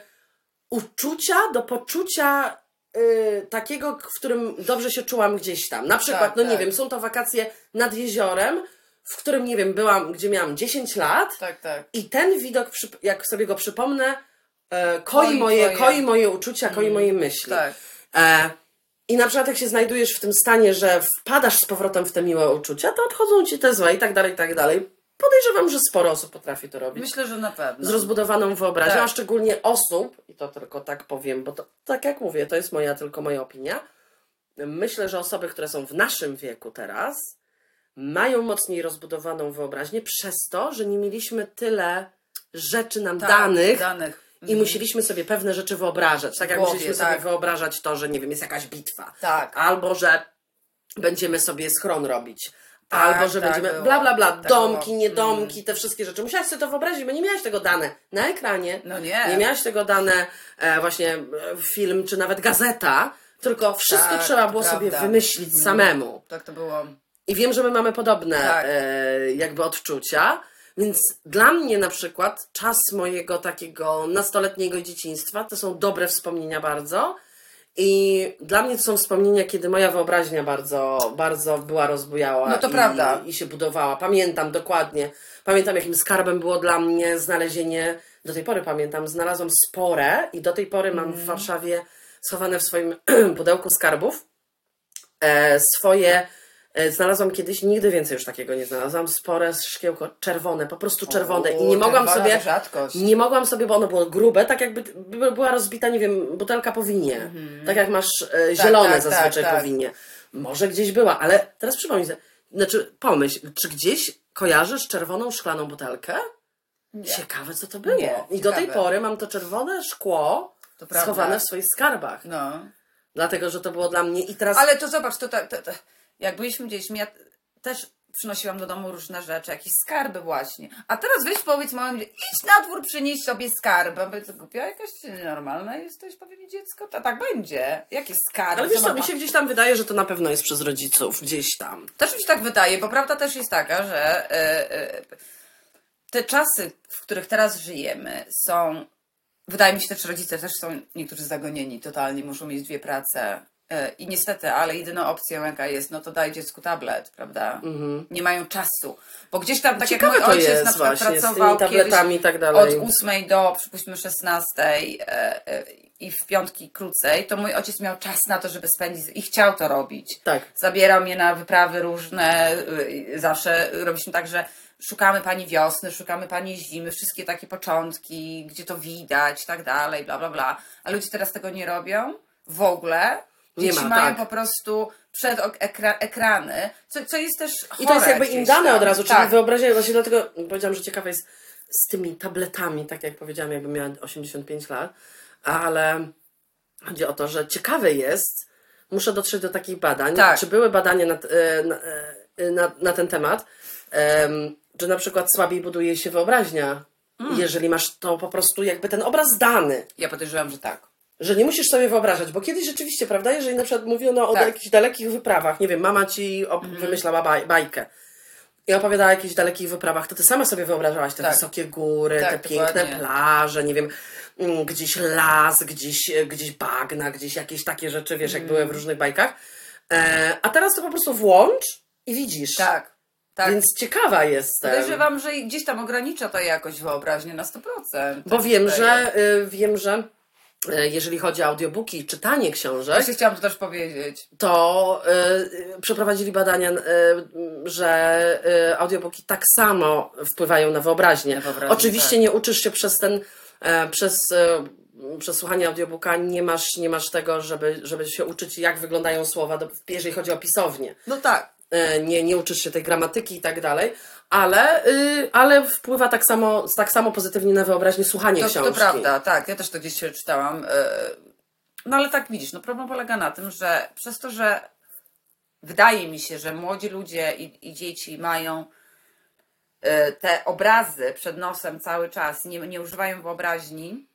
uczucia do poczucia y, takiego, w którym dobrze się czułam gdzieś tam. Na przykład, Tak, no nie tak. wiem, są to wakacje nad jeziorem, w którym, nie wiem, byłam, gdzie miałam 10 lat Tak, tak. i ten widok, przyp- jak sobie go przypomnę, e, koi, Koi moje, twoje. koi moje uczucia, koi moje myśli. Tak. E, I na przykład jak się znajdujesz w tym stanie, że wpadasz z powrotem w te miłe uczucia, to odchodzą ci te złe i tak dalej, i tak dalej. Podejrzewam, że sporo osób potrafi to robić. Myślę, że na pewno. Z rozbudowaną wyobraźnią, Tak. a szczególnie osób, i to tylko tak powiem, bo to tak jak mówię, to jest moja tylko moja opinia. Myślę, że osoby, które są w naszym wieku teraz, mają mocniej rozbudowaną wyobraźnię przez to, że nie mieliśmy tyle rzeczy nam Tak, danych, danych. Mhm. i musieliśmy sobie pewne rzeczy wyobrażać. Tak jak W głowie, musieliśmy sobie tak. wyobrażać to, że nie wiem, jest jakaś bitwa. Tak. Albo że będziemy sobie schron robić. Tak, Albo że tak będziemy było. bla bla bla, Tak domki, było. niedomki, te wszystkie rzeczy. Musiałaś sobie to wyobrazić, bo nie miałaś tego dane na ekranie. No nie. Nie miałaś tego dane e, właśnie e, film czy nawet gazeta, tylko wszystko Tak, trzeba to było sobie prawda. wymyślić samemu. Tak to było. I wiem, że my mamy podobne Tak. e, jakby odczucia, więc dla mnie na przykład czas mojego takiego nastoletniego dzieciństwa to są dobre wspomnienia bardzo. I dla mnie to są wspomnienia, kiedy moja wyobraźnia bardzo, bardzo była rozbujała No to i, prawda. i się budowała. Pamiętam dokładnie. Pamiętam, jakim skarbem było dla mnie znalezienie. Do tej pory pamiętam, znalazłam sporę i do tej pory mam Mhm. w Warszawie schowane w swoim pudełku skarbów e, swoje. E, znalazłam kiedyś, nigdy więcej już takiego nie znalazłam, spore szkiełko czerwone, po prostu czerwone. I nie U, mogłam czerwona sobie. to rzadkość. Nie mogłam sobie, bo ono było grube, tak jakby by- była rozbita, nie wiem, butelka po winie. Tak jak masz e, Mhm. Tak, zielone tak, zazwyczaj tak, tak. po winie. Może gdzieś była, ale teraz przypomnij sobie. Znaczy, pomyśl, czy gdzieś kojarzysz czerwoną szklaną butelkę? Ciekawe, co to było. Nie, I do tej ciekawe. pory mam to czerwone szkło To prawda. schowane w swoich skarbach. No. Dlatego, że to było dla mnie i teraz. Ale to zobacz, to, to, to, to jak byliśmy dziećmi, ja też przynosiłam do domu różne rzeczy, jakieś skarby właśnie. A teraz weź powiedz małym dzieciom, idź na dwór, przynieś sobie skarby. A Będzie głupia jakaś, czy nienormalna jesteś, powie mi dziecko. To tak będzie. Jakie skarby? Ale wiesz co, Zobacz, mi się gdzieś tam wydaje, że to na pewno jest przez rodziców, gdzieś tam. Też mi się tak wydaje, bo prawda też jest taka, że e, e, te czasy, w których teraz żyjemy, są. Wydaje mi się też, że rodzice też są niektórzy zagonieni totalnie, muszą mieć dwie prace, E, I niestety, ale jedyną opcją jaka jest, no to daj dziecku tablet, prawda? Nie mają czasu. Bo gdzieś tam, tak Mhm. Ciekawe jak to mój ojciec jest na przykład właśnie z tymi pracował tabletami kiedyś i tak dalej. od 8 do przypuśćmy 16 e, e, i w piątki krócej, to mój ojciec miał czas na to, żeby spędzić i chciał to robić. Tak. Zabierał mnie na wyprawy różne, y, zawsze robiliśmy tak, że szukamy pani wiosny, szukamy pani zimy, wszystkie takie początki, gdzie to widać i tak dalej, bla, bla, bla. A ludzie teraz tego nie robią w ogóle. Nie Dzieci ma, mają tak. po prostu przed ok- ekra- ekrany, co, co jest też chore I to jest jakby im gdzieś dane tam. od razu, czyli tak. wyobraźnia, właśnie dlatego powiedziałam, że ciekawe jest z tymi tabletami, tak jak powiedziałam, jakbym miała 85 lat, ale chodzi o to, że ciekawe jest, muszę dotrzeć do takich badań, Tak. czy były badania na, e, na, e, na, na ten temat, em, że na przykład słabiej buduje się wyobraźnia, Mm. jeżeli masz to po prostu jakby ten obraz dany Ja podejrzewam, że tak. że nie musisz sobie wyobrażać, bo kiedyś rzeczywiście, prawda, jeżeli na przykład mówiono o Tak. Mhm. jakichś dalekich wyprawach, nie wiem, mama ci op- wymyślała baj- bajkę i opowiadała o jakichś dalekich wyprawach, to ty sama sobie wyobrażałaś te Tak. wysokie góry, Tak, te piękne dokładnie. plaże, nie wiem, mm, gdzieś las, gdzieś, e, gdzieś bagna, gdzieś jakieś takie rzeczy, wiesz, jak Mhm. były w różnych bajkach. E, a teraz to po prostu włącz i widzisz. Tak, tak. Więc ciekawa jestem. Podejrzewam, że i gdzieś tam ogranicza to jakoś wyobraźnię na 100%. Bo To wiem, tutaj jest. że, y, wiem, że y, jeżeli chodzi o audiobooki i czytanie książek, Właśnie chciałam to też powiedzieć. to y, y, przeprowadzili badania, y, że y, audiobooki tak samo wpływają na wyobraźnię. Na wyobraźnię, Oczywiście tak. nie uczysz się przez ten, e, przez, e, przez słuchanie audiobooka, nie masz, nie masz tego, żeby, żeby się uczyć, jak wyglądają słowa, do, jeżeli chodzi o pisownię. No tak. E, Nie, nie uczysz się tej gramatyki i tak dalej, ale, y, ale wpływa tak samo, tak samo pozytywnie na wyobraźnię słuchanie To, książki. to prawda, tak. Ja też to gdzieś się czytałam. e, No ale tak widzisz, no problem polega na tym, że przez to, że wydaje mi się, że młodzi ludzie i, i dzieci mają e, te obrazy przed nosem cały czas, nie, nie używają wyobraźni,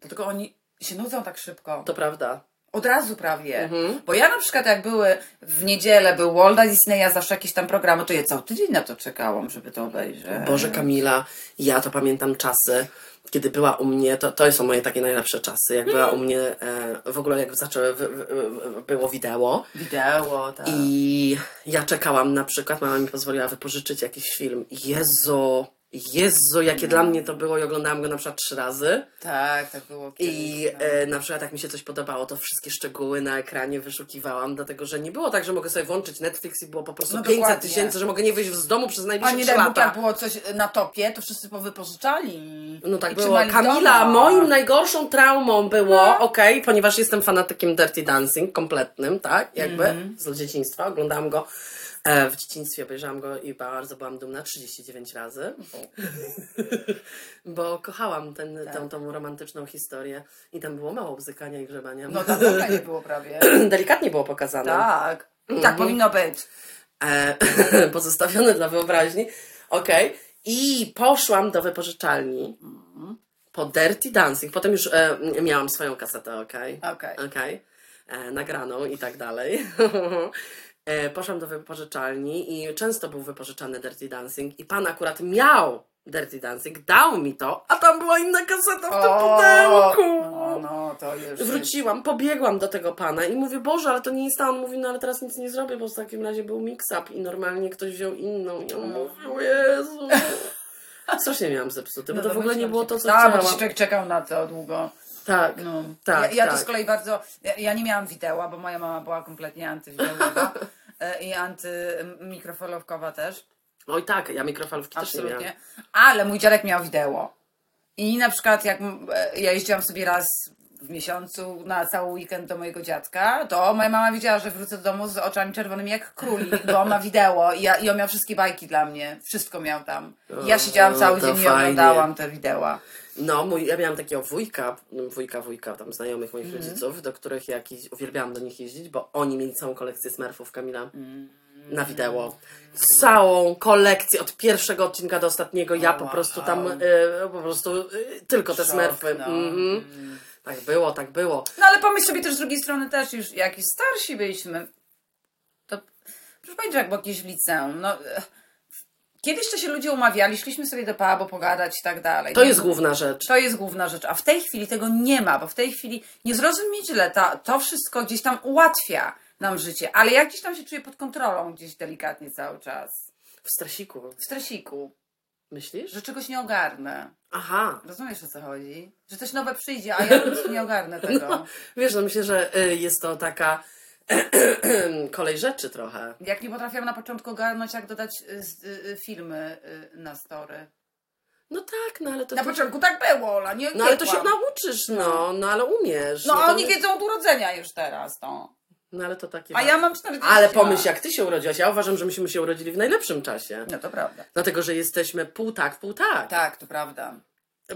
to tylko oni się nudzą tak szybko. To prawda. Od razu prawie. Mhm. Bo ja na przykład jak były w niedzielę, był Walda Disneya, zawsze jakieś tam programy, to ja cały tydzień na to czekałam, żeby to obejrzeć. Boże Kamila, ja to pamiętam czasy, kiedy była u mnie, to, to są moje takie najlepsze czasy, jak była u mnie, e, w ogóle jak zaczęły, w, w, w, było wideo Wideo, tak. i ja czekałam na przykład, mama mi pozwoliła wypożyczyć jakiś film. Jezu, Jezu, jakie dla mnie to było i oglądałam go na przykład trzy razy. Tak, tak było. I kiedyś, tak. e, na przykład jak mi się coś podobało, to wszystkie szczegóły na ekranie wyszukiwałam, dlatego że nie było tak, że mogę sobie włączyć Netflix i było po prostu No 500 dokładnie. tysięcy, że mogę nie wyjść z domu przez najbliższe Pani trzy Lemu, lata. jak było coś na topie, to wszyscy powypożyczali. No tak I było. trzymali w No. Kamila, domach. moim najgorszą traumą było, okej, ponieważ jestem fanatykiem Dirty Dancing, kompletnym, tak, jakby Mhm. z dzieciństwa, oglądałam go e, w dzieciństwie, obejrzałam go i bardzo byłam dumna, 39 razy, [LAUGHS] bo kochałam ten, Tak. tą, tą romantyczną historię i tam było mało bzykania i grzebania. [LAUGHS] No tak, dobra nie było [CLEARS THROAT] prawie. Delikatnie było pokazane. Tak. Mhm. Tak powinno być. e, [LAUGHS] pozostawione dla wyobraźni. Okej. I poszłam do wypożyczalni po Dirty Dancing. Potem już e, miałam swoją kasetę, okej. Okej. Okej. E, Nagraną i tak dalej. [LAUGHS] e, poszłam do wypożyczalni i często był wypożyczany Dirty Dancing i pan akurat miał Dirty Dancing, dał mi to, a tam była inna kaseta w tym pudełku. no, no, to już jest. Wróciłam, pobiegłam do tego pana i mówię, Boże, ale to nie jest ta. On mówi, no ale teraz nic nie zrobię, bo w takim razie był mix-up i normalnie ktoś wziął inną. I on No. mówił, Jezu. Strasznie miałam zepsuty, bo to w ogóle nie było to, co no Tak, bo chciałam. człowiek czekał na to długo. Tak, No. tak, ja, ja tak. to z kolei bardzo. Ja, ja nie miałam wideo, bo moja mama była kompletnie antywideowa [LAUGHS] e, i antymikrofalówkowa też. Oj tak, ja mikrofalówki też nie miałam. Absolutnie. Ale mój dziadek miał wideo. I na przykład jak m, e, ja jeździłam sobie raz w miesiącu na cały weekend do mojego dziadka, to moja mama wiedziała, że wrócę do domu z oczami czerwonymi jak królik, bo on ma wideo i, ja, i on miał wszystkie bajki dla mnie. Wszystko miał tam. I ja siedziałam O, cały to dzień i fajnie. oglądałam te wideo. No, mój, ja miałam takiego wujka, wujka, wujka, tam znajomych moich Mhm. rodziców, do których ja kiedyś- uwielbiałam do nich jeździć, bo oni mieli całą kolekcję smurfów Kamila Mhm. na wideo. Całą kolekcję od pierwszego odcinka do ostatniego. Ja po wow. prostu tam, y, po prostu y, tylko te Szok, smurfy. no. Mhm. Tak było, tak było. No ale pomyśl sobie też z drugiej strony też już jakiś starsi byliśmy. To proszę powiedzieć, jak było jakieś w liceum. No, eh, Kiedyś to się ludzie umawiali, szliśmy sobie do pubu pogadać i tak dalej. To jest główna rzecz. To jest główna rzecz, a w tej chwili tego nie ma, bo w tej chwili nie zrozum mnie źle, ta, to wszystko gdzieś tam ułatwia nam życie, ale ja gdzieś tam się czuję pod kontrolą gdzieś delikatnie cały czas. W stresiku. W stresiku, Myślisz? że czegoś nie ogarnę. Aha. Rozumiesz o co chodzi? Że coś nowe przyjdzie, a ja po prostu [LAUGHS] nie ogarnę tego. Wiesz, no myślę, że y, jest to taka [CLEARS THROAT] kolej rzeczy trochę. Jak nie potrafiłam na początku ogarnąć, jak dodać y, z- y, y, filmy y, na story. No tak, no ale to... Na początku tak było, Ola, nie No ale to się uciekłam. nauczysz, no. No ale umiesz. No to a oni my- wiedzą od urodzenia już teraz, no. No ale to takie... A ja mam 40 Ale pomyśl, lat. jak ty się urodziłaś. Ja uważam, że myśmy się urodzili w najlepszym czasie. No to prawda. Dlatego, że jesteśmy pół tak, pół tak. Tak, to prawda.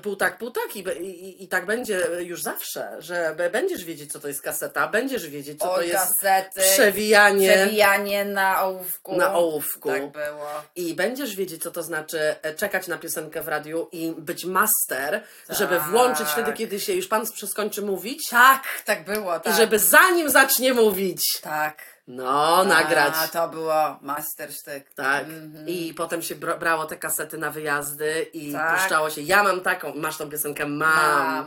Pół tak, pół tak. I, be- i, i- I tak będzie już zawsze, że be- będziesz wiedzieć, co to jest kaseta, będziesz wiedzieć, co Oj, to jest kasety, przewijanie przewijanie na ołówku. na ołówku. Tak było. I będziesz wiedzieć, co to znaczy e, czekać na piosenkę w radiu i być master, Tak. żeby włączyć wtedy, kiedy się już pan skończy mówić Tak, tak było, tak. i żeby zanim zacznie mówić, Tak. no, nagrać. A, to było mastersztyk. Tak. Mhm. I potem się bra- brało te kasety na wyjazdy i Tak. puszczało się, ja mam taką, masz tą piosenkę, mam. Mam.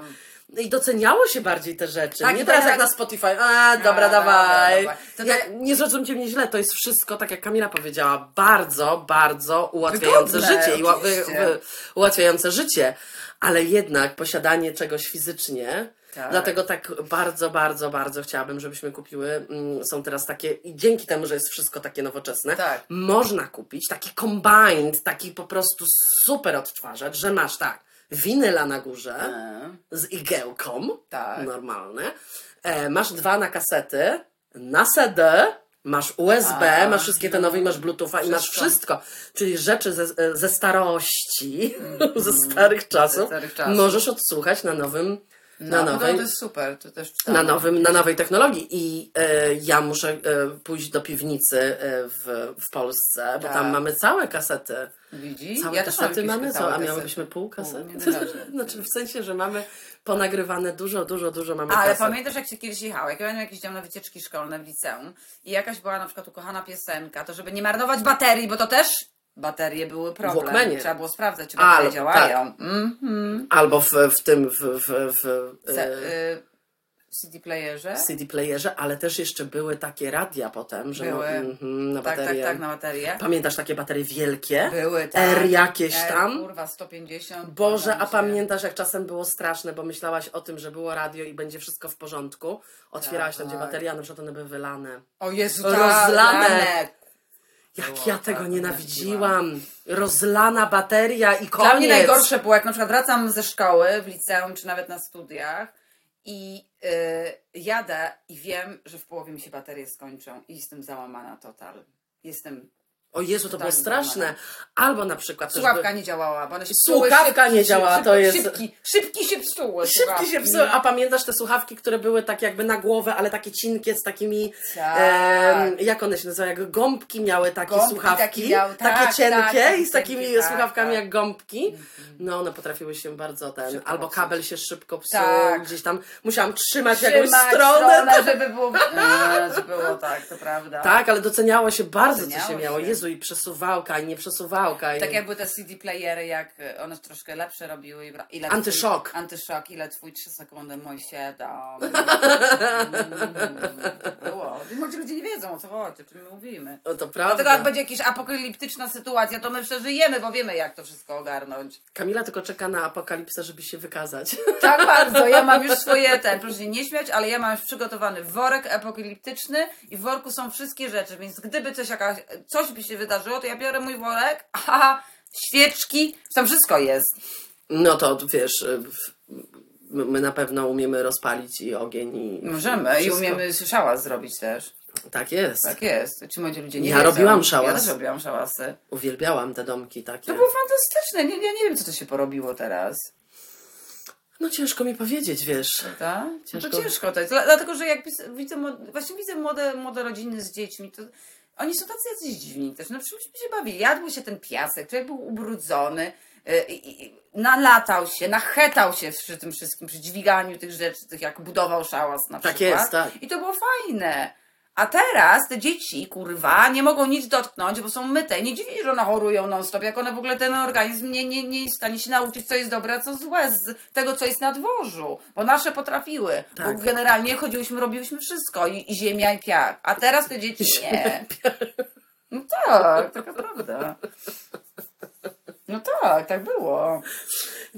No I doceniało się bardziej te rzeczy. Tak, nie i teraz teraz- jak na Spotify, a dobra, dobra, dawaj. dobra. To ja, tak- Nie zrozumcie mnie źle, to jest wszystko, tak jak Kamila powiedziała, bardzo, bardzo ułatwiające Wygodne, życie. I ła- wy- oczywiście. wy- ułatwiające życie. Ale jednak posiadanie czegoś fizycznie, Tak. dlatego tak bardzo, bardzo, bardzo chciałabym, żebyśmy kupiły, mm, są teraz takie, i dzięki temu, że jest wszystko takie nowoczesne, Tak. można kupić taki combined, taki po prostu super odtwarzacz, że masz tak, winyla na górze, Mhm. z igiełką, Tak. normalne. E, masz dwa na kasety, na CD, masz USB, A. masz wszystkie te nowe i masz Bluetootha i masz Tak. Wszystko. wszystko. Czyli rzeczy ze, e, ze starości, [LAUGHS] ze starych czasów, Mhm. starych czasów. możesz odsłuchać na nowym, No, na no, nowej to jest tak. super, to też czytałam. na, nowym, na nowej technologii. I e, ja muszę e, pójść do piwnicy e, w, w Polsce, bo Tak. tam mamy całe kasety. Widzisz? Całe ja też mam kasety jakieś mamy, całe co? A kasety. miałybyśmy pół kasety? Pół, [LAUGHS] nieważne. znaczy w sensie, że mamy ponagrywane dużo, dużo, dużo mamy Ale kaset. pamiętasz, jak się kiedyś jechało? Jak ja miałam jakieś tam na wycieczki szkolne w liceum i jakaś była na przykład ukochana piosenka, to żeby nie marnować baterii, bo to też baterie były problem. Walkmanie. tak. Trzeba było sprawdzać, czy Ale, baterie działają. Mhm. Albo w, w tym, w, w, w, Se, e, y, CD playerze? CD playerze, ale też jeszcze były takie radia potem, że Były. No, mhm, na tak, tak, baterie. tak, na baterię. Pamiętasz takie baterie wielkie? Były tak. R jakieś R, tam? Kurwa, 150. Boże, a się. pamiętasz, jak czasem było straszne, bo myślałaś o tym, że było radio i będzie wszystko w porządku. Otwierałaś tam, gdzie Tak. bateria, na przykład one były wylane. O Jezu, Rozlane. rozlane. Jak Było, ja tego tak, nienawidziłam! Rozlana bateria i koniec! Dla mnie najgorsze było, jak na przykład wracam ze szkoły, w liceum, czy nawet na studiach i y, jadę i wiem, że w połowie mi się baterie skończą i jestem załamana total. Jestem... O Jezu, to było Tak, straszne. normalne. Albo na przykład... też Słuchawka by- nie działała, bo one się Słuchawka psuły, nie działa, to jest- Szybki, szybki się psuły. Szybki słuchawki. się psuły. A pamiętasz te słuchawki, które były tak jakby na głowę, ale takie cienkie, z takimi... Tak. em, jak one się nazywają? Jak gąbki miały takie Gąbki słuchawki. takie miały, tak, takie cienkie tak, i z takimi cienkie, tak, słuchawkami tak. Mhm. jak gąbki. No, one potrafiły się bardzo ten... Szybko albo popsuć. kabel się szybko psuł, Tak. gdzieś tam musiałam trzymać, jakąś Trzymać no. stronę. stronę, żeby [LAUGHS] było... Nie, żeby było tak, to prawda. Tak, ale doceniało się bardzo, co się Doceniało miało. się. Jezu, i przesuwałka, i nie przesuwałka. I... Tak jak były te CD playery, jak y, one troszkę lepsze robiły. i bra- Ile Antyszok. Twój, antyszok, ile twój 3 sekundy, mój 7. Było. I Może ludzie nie wiedzą o co chodzi, o czym my mówimy. No to Dlatego jak prawda. będzie jakaś apokaliptyczna sytuacja, to my przeżyjemy, bo wiemy jak to wszystko ogarnąć. Kamila tylko czeka na apokalipsę, żeby się wykazać. Tak bardzo, ja mam już swoje, ten, proszę się nie śmiać, ale ja mam już przygotowany worek apokaliptyczny i w worku są wszystkie rzeczy, więc gdyby coś, jakaś, coś by się wydarzyło, to ja biorę mój worek, aha, świeczki, tam wszystko jest. No to wiesz, w- m- my na pewno umiemy rozpalić i ogień i. Możemy i wszystko. umiemy szałas zrobić też. Tak jest. Tak jest. Ci młodzi ludzie nie Ja wiedzą. robiłam szałas. Ja też robiłam szałasy. Uwielbiałam te domki takie. To było fantastyczne. Nie, ja nie wiem, co to się porobiło teraz. No ciężko mi powiedzieć, wiesz. Tak? Ciężko. Ciężko. To ciężko to jest. Dla- Dlatego, że jak pis- widzę, mo- właśnie widzę młode, młode rodziny z dziećmi, to oni są tacy jacyś dziwni też. No przecież myśmy się bawili. Jadł się ten piasek, człowiek był ubrudzony, y, i- i- nalatał się, nachetał się przy tym wszystkim, przy dźwiganiu tych rzeczy, tych jak budował szałas no. na Tak przykład. jest, tak. I to było fajne. A teraz te dzieci, kurwa, nie mogą nic dotknąć, bo są myte. Nie dziwi, że one chorują non-stop, jak one w ogóle ten organizm nie, nie, nie jest w stanie się nauczyć, co jest dobre, a co złe z tego, co jest na dworzu. Bo nasze potrafiły. Tak. Bo generalnie chodziłyśmy, robiłyśmy wszystko. I, i ziemia, i piach. A teraz te dzieci nie. No tak, taka prawda. No tak, tak było.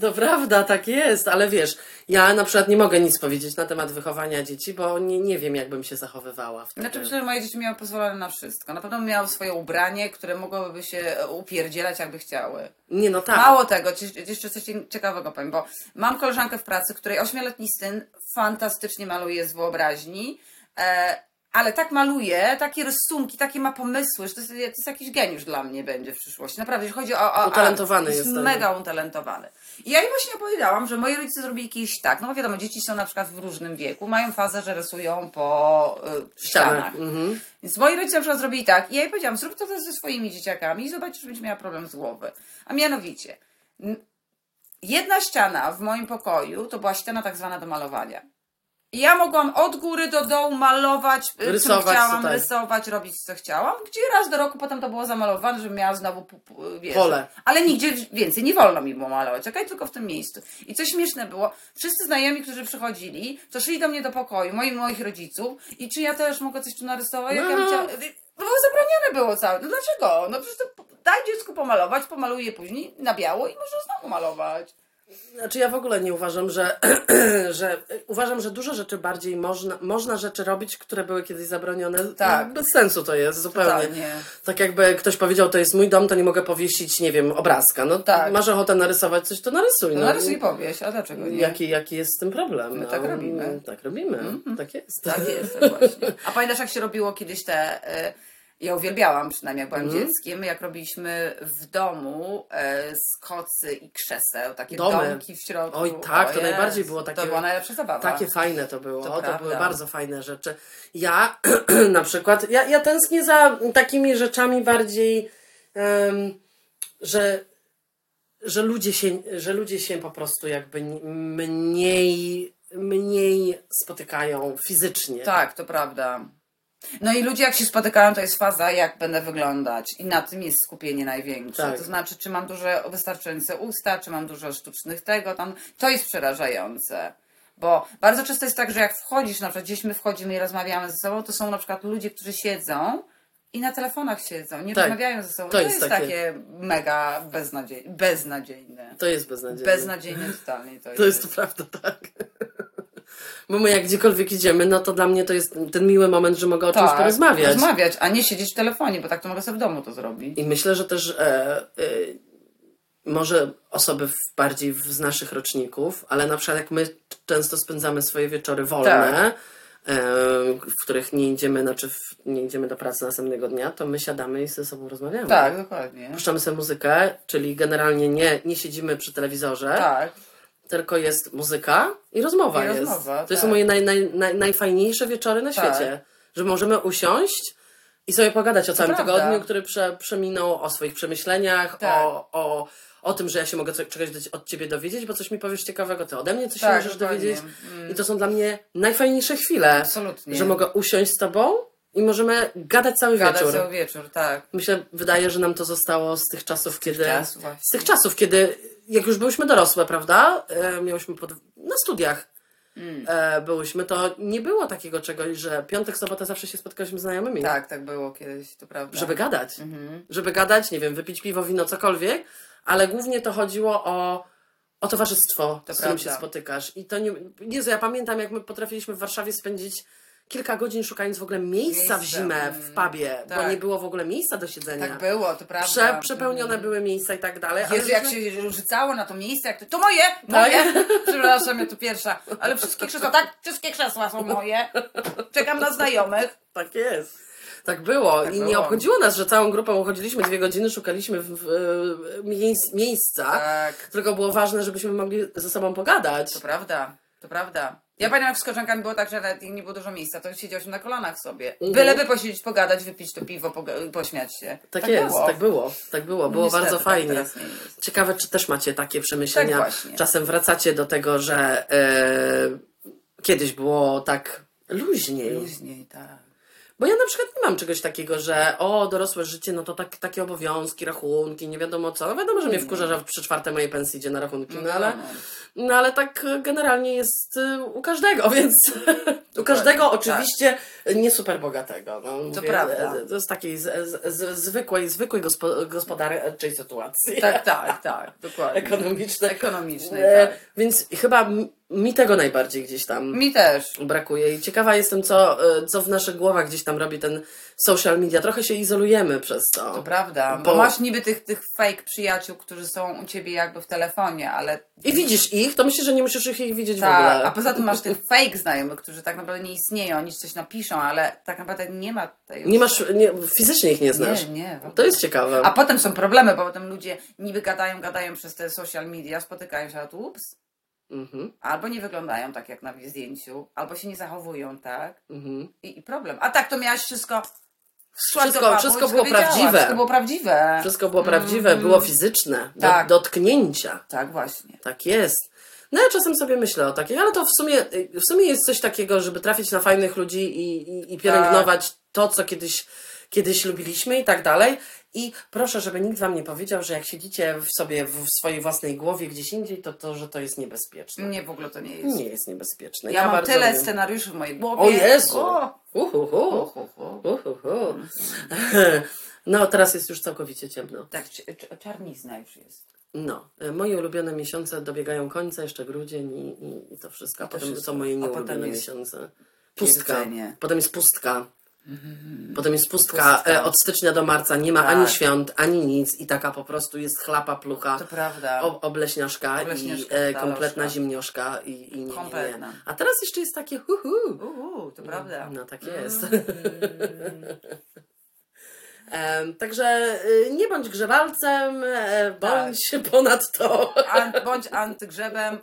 To prawda, tak jest, ale wiesz, ja na przykład nie mogę nic powiedzieć na temat wychowania dzieci, bo nie, nie wiem, jakbym się zachowywała wtedy. Znaczy, myślę, że moje dzieci miały pozwolone na wszystko. Na pewno miały swoje ubranie, które mogłyby się e, upierdzielać, jakby chciały. Nie, no tak. Mało tego, ci- jeszcze coś ciekawego powiem, bo mam koleżankę w pracy, której ośmioletni syn fantastycznie maluje z wyobraźni, e, ale tak maluje, takie rysunki, takie ma pomysły, że to jest, to jest jakiś geniusz dla mnie będzie w przyszłości. Naprawdę, jeśli chodzi o... o Utalentowany a, jest tak. to. Mega utalentowany. I ja jej właśnie opowiadałam, że moi rodzice zrobili kiedyś tak, no bo wiadomo, dzieci są na przykład w różnym wieku, mają fazę, że rysują po y, ścianach. Mhm. Więc moi rodzice na przykład zrobili tak. I ja jej powiedziałam, zrób to też ze swoimi dzieciakami i zobaczysz, że będzie miała problem z głowy. A mianowicie, n- jedna ściana w moim pokoju to była ściana tak zwana do malowania. I ja mogłam od góry do dołu malować, rysować, co Rysować chciałam, tutaj. rysować, robić co chciałam, gdzie raz do roku potem to było zamalowane, żebym miała znowu pu- pu- wiesz, Pole. ale nigdzie więcej nie wolno mi było malować, okej? Tylko w tym miejscu. I co śmieszne było, wszyscy znajomi, którzy przychodzili, to szli do mnie do pokoju, moi moich rodziców i czy ja też mogę coś tu narysować? Jak ja bym No. chciała... No bo zabronione było całe. No dlaczego? No przecież to daj dziecku pomalować, pomaluje później na biało i może znowu malować. Znaczy ja w ogóle nie uważam, że, [CLEARS THROAT] że uważam, że dużo rzeczy bardziej można, można rzeczy robić, które były kiedyś zabronione. Tak. No, bez sensu to jest zupełnie. Totalnie. Tak jakby ktoś powiedział, to jest mój dom, to nie mogę powiesić, nie wiem, obrazka. No Tak. masz ochotę narysować coś, to narysuj. No narysuj i powiesz, a dlaczego nie? Jaki, jaki jest z tym problem? My tak robimy. Tak robimy, tak jest. Tak jest, tak właśnie. A pamiętasz, jak się robiło kiedyś te. y, Ja uwielbiałam przynajmniej, jak byłam Mhm. dzieckiem, jak robiliśmy w domu y, z kocy i krzeseł, takie Domy. domki w środku. Oj, tak, to jest. najbardziej było takie- To była najlepsza zabawa. Takie fajne to było, To to, prawda. były bardzo fajne rzeczy. Ja [CLEARS THROAT] na przykład, ja, ja tęsknię za takimi rzeczami bardziej, em, że, że, ludzie się, że ludzie się po prostu jakby mniej, mniej spotykają fizycznie. Tak, to prawda. No i ludzie jak się spotykają, to jest faza, jak będę wyglądać. I na tym jest skupienie największe. Tak. To znaczy, czy mam duże, wystarczające usta, czy mam dużo sztucznych tego, tam. To jest przerażające. Bo bardzo często jest tak, że jak wchodzisz, na przykład gdzieś my wchodzimy i rozmawiamy ze sobą, to są na przykład ludzie, którzy siedzą i na telefonach siedzą, nie Tak. rozmawiają ze sobą. To To, jest jest, takie- takie, mega beznadziej... beznadziejne. To jest beznadziejne. Beznadziejne totalnie to jest. To jest to prawda, tak. Bo my jak gdziekolwiek idziemy, no to dla mnie to jest ten miły moment, że mogę o czymś porozmawiać. Tak, Rozmawiać, a nie siedzieć w telefonie, bo tak to mogę sobie w domu to zrobić. I myślę, że też e, e, może osoby w, bardziej w, z naszych roczników, ale na przykład jak my c- często spędzamy swoje wieczory wolne, Tak. e, w których nie idziemy, znaczy w, nie idziemy do pracy następnego dnia, to my siadamy i ze sobą rozmawiamy. Tak, dokładnie. Puszczamy sobie muzykę, czyli generalnie nie, nie siedzimy przy telewizorze, Tak. tylko jest muzyka i rozmowa I jest. rozmowa, to są tak. moje naj, naj, naj, najfajniejsze wieczory na Tak. świecie, że możemy usiąść i sobie pogadać o całym prawda. tygodniu, który prze, przeminął, o swoich przemyśleniach, Tak. o, o, o tym, że ja się mogę co, czegoś do, od ciebie dowiedzieć, bo coś mi powiesz ciekawego, ty ode mnie coś się Tak, możesz dokładnie. dowiedzieć. Mm. I to są dla mnie najfajniejsze chwile, Absolutnie. że mogę usiąść z tobą i możemy gadać cały Gadać wieczór. cały wieczór, tak. Myślę, wydaje, że nam to zostało z tych czasów, kiedy. czasów właśnie. z tych czasów, kiedy jak już byłyśmy dorosłe, prawda? E, miałyśmy pod, na studiach Mm. e, byłyśmy, to nie było takiego czegoś, że piątek, sobota zawsze się spotkałyśmy z znajomymi. Tak, Mhm. tak było kiedyś, to prawda. Żeby gadać. Żeby gadać, nie wiem, wypić piwo, wino, cokolwiek, ale głównie to chodziło o, o towarzystwo, To z którym prawda. się spotykasz. I to nie. Jezu, ja pamiętam, jak my potrafiliśmy w Warszawie spędzić. Kilka godzin szukając w ogóle miejsca, w Miejsca, zimę mm. w pubie, bo Tak. nie było w ogóle miejsca do siedzenia. Tak było, to prawda. Mhm. Mm. Prze, przepełnione były miejsca i tak dalej. ale Jezu, jak myśmy- się rzucało na to miejsce, jak to, to moje, moje, Tak. [LAUGHS] przepraszam, ja tu pierwsza, ale wszystkie krzesła, tak, wszystkie krzesła są moje, czekam na znajomych. Tak jest. Tak było. I nie było. obchodziło nas, że całą grupą chodziliśmy dwie godziny, szukaliśmy w, w, miejsc, miejsca, Tak, tylko było ważne, żebyśmy mogli ze sobą pogadać. to prawda, to prawda. Ja pamiętam, jak z koleżankami było tak, że nawet nie było dużo miejsca, to siedziałyśmy na kolanach sobie, Mhm. byleby posiedzieć, pogadać, wypić to piwo, poga- pośmiać się. Tak, jest, było. tak było, tak było, było Niestety, bardzo tak fajnie. teraz nie jest. Ciekawe, czy też macie takie przemyślenia. Tak właśnie. Czasem wracacie do tego, że e, kiedyś było tak luźniej. Później, tak. Bo ja na przykład nie mam czegoś takiego, że o, dorosłe życie, no to tak, takie obowiązki, rachunki, nie wiadomo co. No Wiadomo, Mm. że mnie wkurza, że przy czwartej mojej pensji idzie na rachunki, no ale, no ale tak e, generalnie jest e, u każdego, [LAUGHS] więc u każdego tak. oczywiście nie super bogatego. No, mówię, prawda. e, To z takiej z, z, z, zwykłej, zwykłej gospo, gospodarczej sytuacji Tak, tak, tak, dokładnie. [LAUGHS] ekonomicznej. Ekonomicznej, E, tak. Więc chyba m- mi tego najbardziej gdzieś tam Mi też. brakuje i ciekawa jestem, co, e, co w naszych głowach gdzieś tam robi ten social media. Trochę się izolujemy przez To to. prawda, bo, Bo- masz niby tych, tych fake przyjaciół, którzy są u ciebie jakby w telefonie, ale I widzisz ich, to myślę, że nie musisz ich ich widzieć w tak, ogóle. a poza tym masz tych fake znajomych, którzy tak naprawdę nie istnieją, oni coś napiszą, ale tak naprawdę nie ma tej Nie masz, nie, fizycznie ich nie znasz. Nie, nie. w ogóle. To jest ciekawe. A potem są problemy, bo potem ludzie niby gadają, gadają przez te social media, spotykają się, a tu ups, Mhm, albo nie wyglądają tak jak na zdjęciu, albo się nie zachowują tak mhm. i, i problem. A tak, to miałaś wszystko... szłaś do Wszystko- pubu, wszystko było wiedziałaś, prawdziwe. Wszystko było prawdziwe. Wszystko było prawdziwe, było fizyczne, do, Mm. Tak. dotknięcia. Tak, właśnie. Tak jest. No ja czasem sobie myślę o takich, ale to w sumie, w sumie jest coś takiego, żeby trafić na fajnych ludzi i, i, i Tak. pielęgnować to, co kiedyś, kiedyś lubiliśmy i tak dalej. I proszę, żeby nikt wam nie powiedział, że jak siedzicie w sobie w swojej własnej głowie gdzieś indziej, to to, że to jest niebezpieczne. Nie, w ogóle to nie jest. Nie jest niebezpieczne. Ja, mam bardzo tyle lubię. scenariuszy w mojej głowie. O Jezu! O! Uhuhu. Uhuhu. [LAUGHS] No, teraz jest już całkowicie ciemno. Tak, cz- cz- czarnizna już jest. No, e, moje ulubione miesiące dobiegają końca, jeszcze grudzień i, i, i to wszystko. A to potem wszystko. są moje A potem nieulubione jest miesiące. Pustka. pierdzenie. Potem jest pustka. Potem jest pustka. Mhm. Pustka. E, Od stycznia do marca nie ma Tak. ani świąt, ani nic i taka po prostu jest chlapa, plucha, To prawda. o- obleśniaszka, Obleśniaszka, i e, ta kompletna lożka. zimnioszka i, i nie, nie, nie. Kompletna. A teraz jeszcze jest takie hu hu. Uhu, to prawda. Mhm. No tak jest. Mm. Em, Także y, nie bądź grzewalcem, e, bądź Tak. ponad to. [LAUGHS] An- bądź antygrzebem,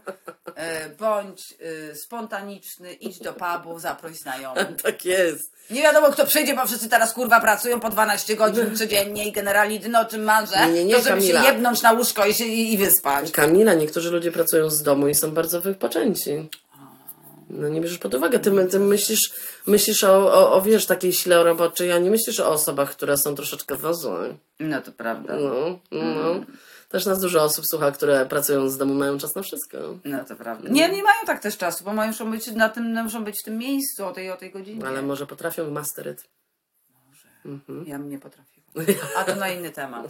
e, bądź e, spontaniczny, idź do pubu, zaproś znajomych. tak jest. Nie wiadomo, kto przyjdzie, bo wszyscy teraz kurwa pracują po 12 godzin codziennie i generalnie jedyne o czym marzę, Nie, nie, nie, to żeby Kamila. się jebnąć na łóżko i, się, i, i wyspać. Kamila, niektórzy ludzie pracują z domu i są bardzo wypoczęci. No nie bierzesz pod uwagę, ty, my- ty myślisz, myślisz o, o, o wiesz, takiej sile roboczej, a nie myślisz o osobach, które są troszeczkę w rozwoju. No to prawda. No, no. Też nas dużo osób słucha, które pracują z domu, mają czas na wszystko. No to prawda. Nie, nie mają tak też czasu, bo mają muszą być na tym, muszą być w tym miejscu o tej, o tej godzinie. Ale może potrafią masteryt. Ja bym nie potrafiła. A to na inny [LAUGHS] temat.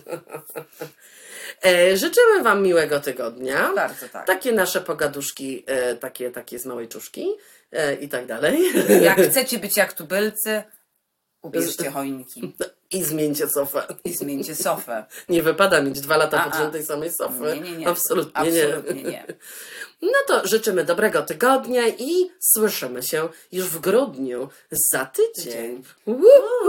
E, życzymy Wam miłego tygodnia. Bardzo tak. Takie nasze pogaduszki, e, takie, takie z małej czuszki e, i tak dalej. [LAUGHS] Jak chcecie być jak tubylcy, ubierzcie choinki I zmieńcie cofę. i zmieńcie sofę. Nie wypada mieć dwa lata A, pod rząd a. tej samej sofy. Nie, nie, nie. Absolutnie, Absolutnie nie. nie. No to życzymy dobrego tygodnia i słyszymy się już w grudniu za tydzień. Woo!